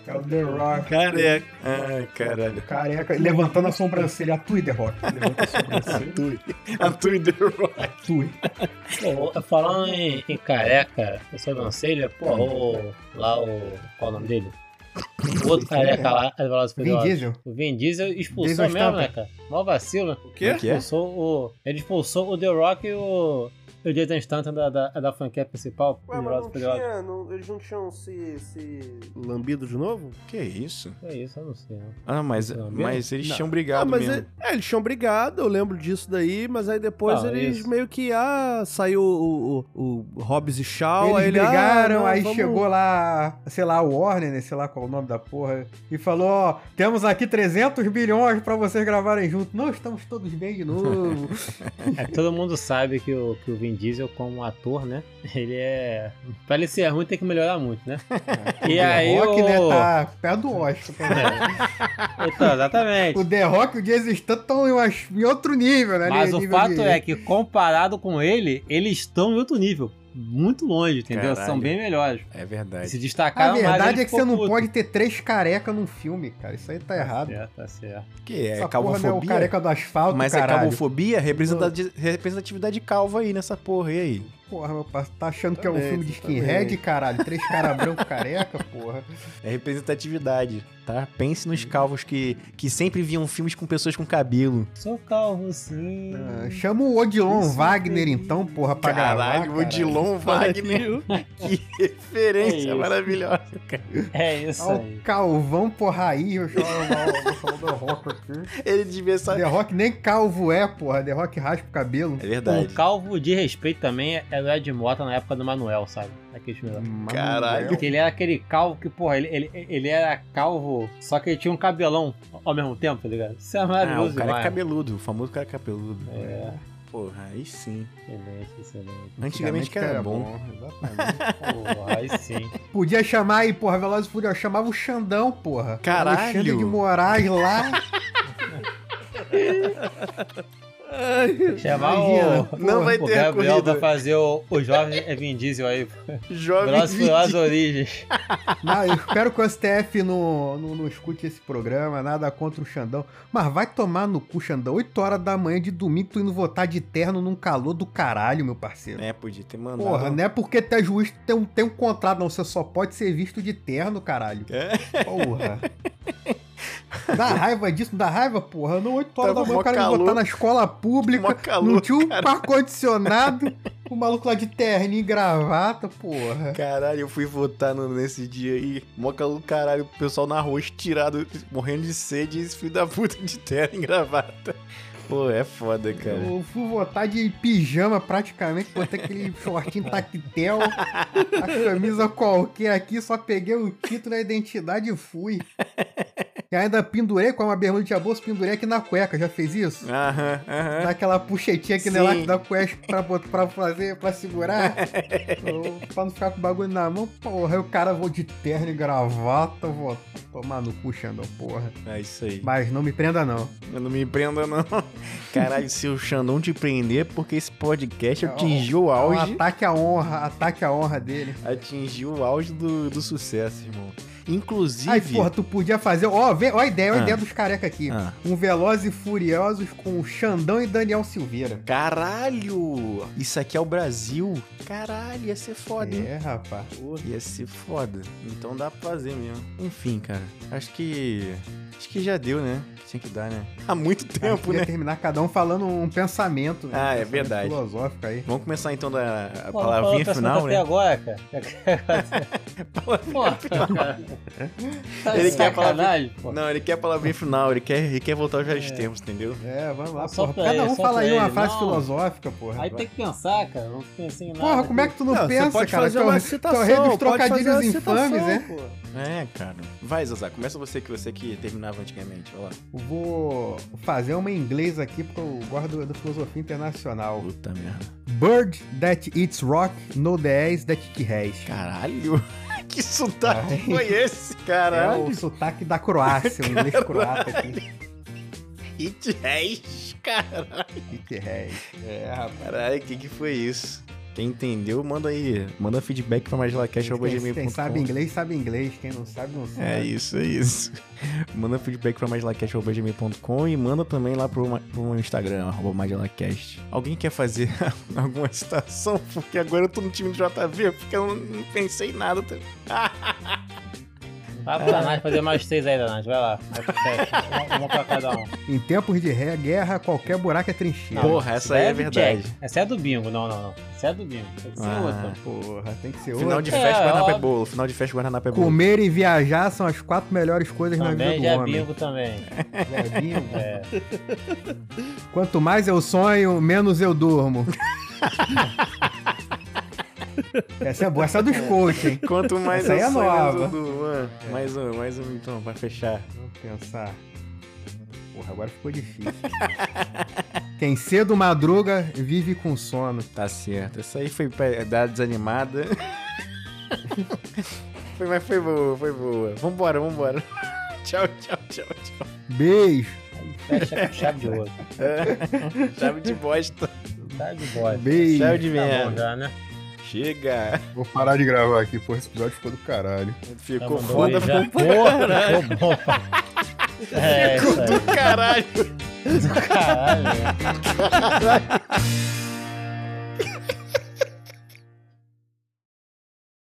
D: É o The Rock.
I: Careca. Ai, caralho.
D: Careca, levantando a sobrancelha, a Twitter Rock. Levanta a sobrancelha,
I: A tu e The Rock.
D: a Tui.
B: Pô, falando em, em careca, eu sobrancelha, pô, o, lá o. Qual o nome dele? O outro careca lá, é Velozes e
D: Vin
B: Furiosos.
D: Diesel.
B: O Vin Diesel
D: Diesel
B: expulsou
D: É?
B: mesmo, né,
D: Statham.
B: cara? Mó vacilo.
E: O quê?
B: Ele expulsou o. Ele expulsou o The Rock e o. E o Jason Stanton da, da, da franquia principal.
C: Ué,
B: de
C: mas
B: Velozes
C: não
B: e Furiosos.
C: tinha, não- eles não tinham se, se lambido de novo?
E: Que isso?
B: É isso, eu não sei. né?
E: Ah, mas,
B: Não,
E: mas eles
C: Não.
E: tinham brigado
C: ah, mas
E: mesmo.
C: é- é, eles tinham brigado, eu lembro disso daí, mas aí depois
B: Ah,
C: eles
B: isso.
C: meio que, ah, saiu o, o, o Hobbs e Shaw,
D: Eles
C: aí ele,
D: brigaram,
C: ah, não,
D: aí
C: vamos-
D: chegou lá, sei lá, o Warner, né, sei lá qual é o nome da porra, e falou, ó, temos aqui 300 bilhões pra vocês gravarem junto. Não, estamos todos bem de novo.
B: É que todo mundo sabe que o, que o Vin Diesel, como ator, né? Ele é. Pra ele ser ruim, tem que melhorar muito, né? E
D: The
B: aí,
D: Rock,
B: o-
D: né, tá pé do Oscar.
B: Então, exatamente.
D: o The Rock e o Jason Statham estão em umas- em outro nível, né?
B: Mas
D: né,
B: o
D: nível
B: fato
D: de-
B: é que, comparado com ele, eles estão em outro nível. Muito longe, entendeu?
E: Caralho.
B: São bem melhores.
E: É verdade.
B: Se
D: A
B: destacaram mais.
D: verdade
B: ele
D: é que
B: ficou
D: você não
B: puto.
D: pode ter três carecas num filme, cara. Isso aí tá errado.
B: É, tá certo.
E: Que é
D: Essa porra não é o
E: calvofobia.
D: careca do asfalto,
E: mas é
D: caralho.
E: calvofobia? Representati- Representatividade calva aí nessa porra, e aí?
D: Porra, meu parceiro, tá achando que é um
C: Também,
D: filme de
C: também.
D: skinhead, caralho? Três caras branco careca, porra.
E: É representatividade, tá? Pense nos calvos que, que sempre viam filmes com pessoas com cabelo.
B: Sou calvo, sim.
D: Ah, chama o Odilon
B: Isso
D: Wagner, então, porra, pra gravar.
I: Caralho, o
D: cara.
I: Odilon Wagner. Que referência
B: É isso.
I: maravilhosa.
B: É isso
D: Olha
B: aí.
D: Tá o Calvão porra aí, eu chamo o- eu chamo o The Rock aqui.
E: Ele devia saber.
D: The Rock nem calvo é, porra. The Rock raspa o cabelo.
E: É
B: Um
E: verdade.
B: calvo de respeito também é o Ed Mota na época do Manuel, sabe? Aquele filme lá.
D: Mano,
I: Caralho.
B: Porque ele era aquele calvo que, porra, ele, ele, ele era calvo, só que ele tinha um cabelão ao mesmo tempo, tá ligado? Isso é
E: Ah, o
B: maravilhoso
E: cara é
B: demais.
E: cabeludo, o famoso cara cabeludo. É. Porra, aí sim.
B: Excelente, excelente.
E: Antigamente que era bom.
D: Exatamente.
B: Porra, aí sim.
D: Podia chamar aí, porra, Velozes e Furiosos. Chamava o Xandão, porra.
E: Caralho.
D: O Alexandre de Moraes lá.
B: Chamar
D: Imagina,
B: o,
I: não vai
B: o
I: ter
B: Gabriel
I: corrida.
B: pra fazer o, o jovem é Vin Diesel aí.
I: Jovem
B: Velozes e Furiosos
I: Vidi.
B: Origens.
E: É
D: Não, eu espero que o STF não, não, não escute esse programa, nada contra o Xandão. Mas vai tomar no cu, Xandão. 8 horas da manhã de domingo, tu indo votar de terno num calor do caralho, meu parceiro.
E: É, podia ter mandado.
D: Porra, não é porque tu é juiz, tu tem um, tem um contrato, não. Você só pode ser visto de terno, caralho.
E: É.
D: Porra. Dá raiva disso, dá raiva, porra. Não, 8
I: Tava
D: horas da manhã
I: mó
D: o cara ia
I: calor.
D: votar na escola
I: Mó
D: pública.
I: calor,
D: Não tinha um ar-condicionado. O maluco lá de terninho e gravata, porra.
E: Caralho, eu fui votar no- nesse dia aí. Mó calor do caralho, o pessoal na rua estirado, morrendo de sede, e esse filho da puta de terra em gravata. Pô, é foda, cara.
D: Eu fui votar de pijama praticamente, botei aquele shortinho tactel, a camisa qualquer aqui, só peguei o título, a identidade e fui. E ainda pendurei com uma bermuda de bolsa, pendurei aqui na cueca, já fez isso?
E: Aham, aham.
D: Dá aquela puxetinha aqui
E: É. Sim.
D: na lata da cueca pra, bot- pra fazer, pra segurar, Ou pra não ficar com o bagulho na mão. Porra, aí o cara vou de terno e gravata, vou tomar no cu, Xandão, porra.
E: É isso aí.
D: Mas não me prenda não.
E: Eu não me prenda, não. Caralho, se o Xandão te prender, é porque esse podcast atingiu o
D: É um
E: auge.
D: ataque à honra, ataque à honra dele.
E: Atingiu o auge do, do sucesso, irmão. Inclusive.
D: Aí, porra, tu podia fazer. Ó, vê- ó a ideia, ó a
E: Ah.
D: ideia dos careca aqui.
E: Ah.
D: Um Veloz e Furiosos com o Xandão e Daniel Silveira.
E: Caralho! Isso aqui é o Brasil. Caralho, ia ser foda, hein?
D: É, rapaz.
E: Ia ser foda. Então dá pra fazer mesmo. Enfim, cara. Acho que. Acho que já deu, né? Tinha que dar, né? Há muito
D: Cara,
E: tempo,
D: podia
E: né?
D: terminar cada um falando um pensamento, né?
E: Ah, é
D: Um pensamento
E: verdade.
D: Filosófico aí.
E: Vamos começar então da a
B: Pô, tá não falou
E: palavrinha
B: tanto
E: final,
B: até
E: né?
B: agora, cara.
H: Porra, cara. Tá de
E: Ele quer falar-
H: sacanagem, pô.
E: Não, ele quer a palavrinha final, ele quer, ele quer voltar aos velhos tempos, entendeu?
D: É, vamos lá,
H: Só
D: porra.
H: pra
D: Cada
H: ele,
D: um
H: só
D: fala
H: pra
D: aí uma
H: ele.
D: frase
H: Não.
D: filosófica, porra.
H: Aí tem que pensar, cara. Não pensa
B: assim
H: em nada.
D: Porra, como é que tu não,
C: Não,
D: pensa,
C: você pode
D: cara?
C: fazer
D: Tu é o-
C: uma
D: tu é o
C: citação,
D: rei dos
C: pode fazer uma
D: trocadilhos
C: citação,
E: né?
D: infames, é?
C: pô.
E: É, cara. Vai, Zazá, começa você que você que terminava antigamente, vai lá.
D: Vou fazer uma em inglês aqui porque eu gosto da filosofia internacional.
E: Puta merda.
D: Bird that eats rock, no the ass that it has.
E: Caralho! Que sotaque foi esse,
D: É
E: caralho?
D: o sotaque da Croácia, o inglês croata aqui.
E: Hit hash, cara.
D: It has. É, rapaz.
E: Caralho, que que foi isso? Quem entendeu, manda aí. Manda feedback pra
D: Quem, quem sabe
E: magelacast.gmail.com.
D: inglês, sabe inglês. Quem não sabe, não sabe.
E: É isso, é isso. Manda feedback pra magelacast.gmail.com e manda também lá pro, ma- pro meu Instagram, arroba magelacast. Alguém quer fazer alguma citação? Porque agora eu tô no time do JV, porque eu não, não pensei em nada também.
B: Vai pra Nath fazer mais três aí, Danate. Vai lá. Vai pro teste. Uma pra cada um.
D: Em tempos de ré, guerra, qualquer buraco é trincheira.
E: Porra, essa aí é
B: Deve
E: verdade.
B: check. Essa é do bingo. Não, não, não. Essa é do bingo. Tem que ser
E: Ah.
B: outra.
D: Porra, tem que ser
E: Final
D: outra.
E: de
B: É,
E: festa, Guardanapa é
B: óbvio.
E: bolo. Final de festa, Guardanapa é bolo.
D: Comer e viajar são as quatro melhores coisas na
B: Também
D: vida
B: já é
D: do homem.
B: bingo também.
D: Já é bingo.
B: É.
D: Quanto mais eu sonho, menos eu durmo. essa é boa, essa é dos coach, hein?
E: Quanto mais
D: Essa aí
E: eu
D: é
E: sonho, mais
D: nova. É.
E: um do Luan. Mais um, mais um então, pra fechar.
D: Vamos pensar. Porra, agora ficou difícil. Quem cedo madruga, vive com sono.
E: Tá certo. Essa aí foi pra dar desanimada. foi, mas foi boa, foi boa. Vambora, vambora. tchau, tchau, tchau, tchau.
D: Beijo,
B: Fecha com chave de ouro.
E: Chave de bosta.
B: Tá de boa.
D: beijo.
E: Chave de
B: Tá bom
E: merda.
B: já, né?
E: Chega.
F: Vou parar de gravar aqui, porra, esse episódio ficou do caralho.
B: Já
E: Ficou
B: mandou
E: foda
B: aí, já.
E: pra
B: Porra, ficou bom. pá. É, isso aí.
E: caralho.
B: Caralho.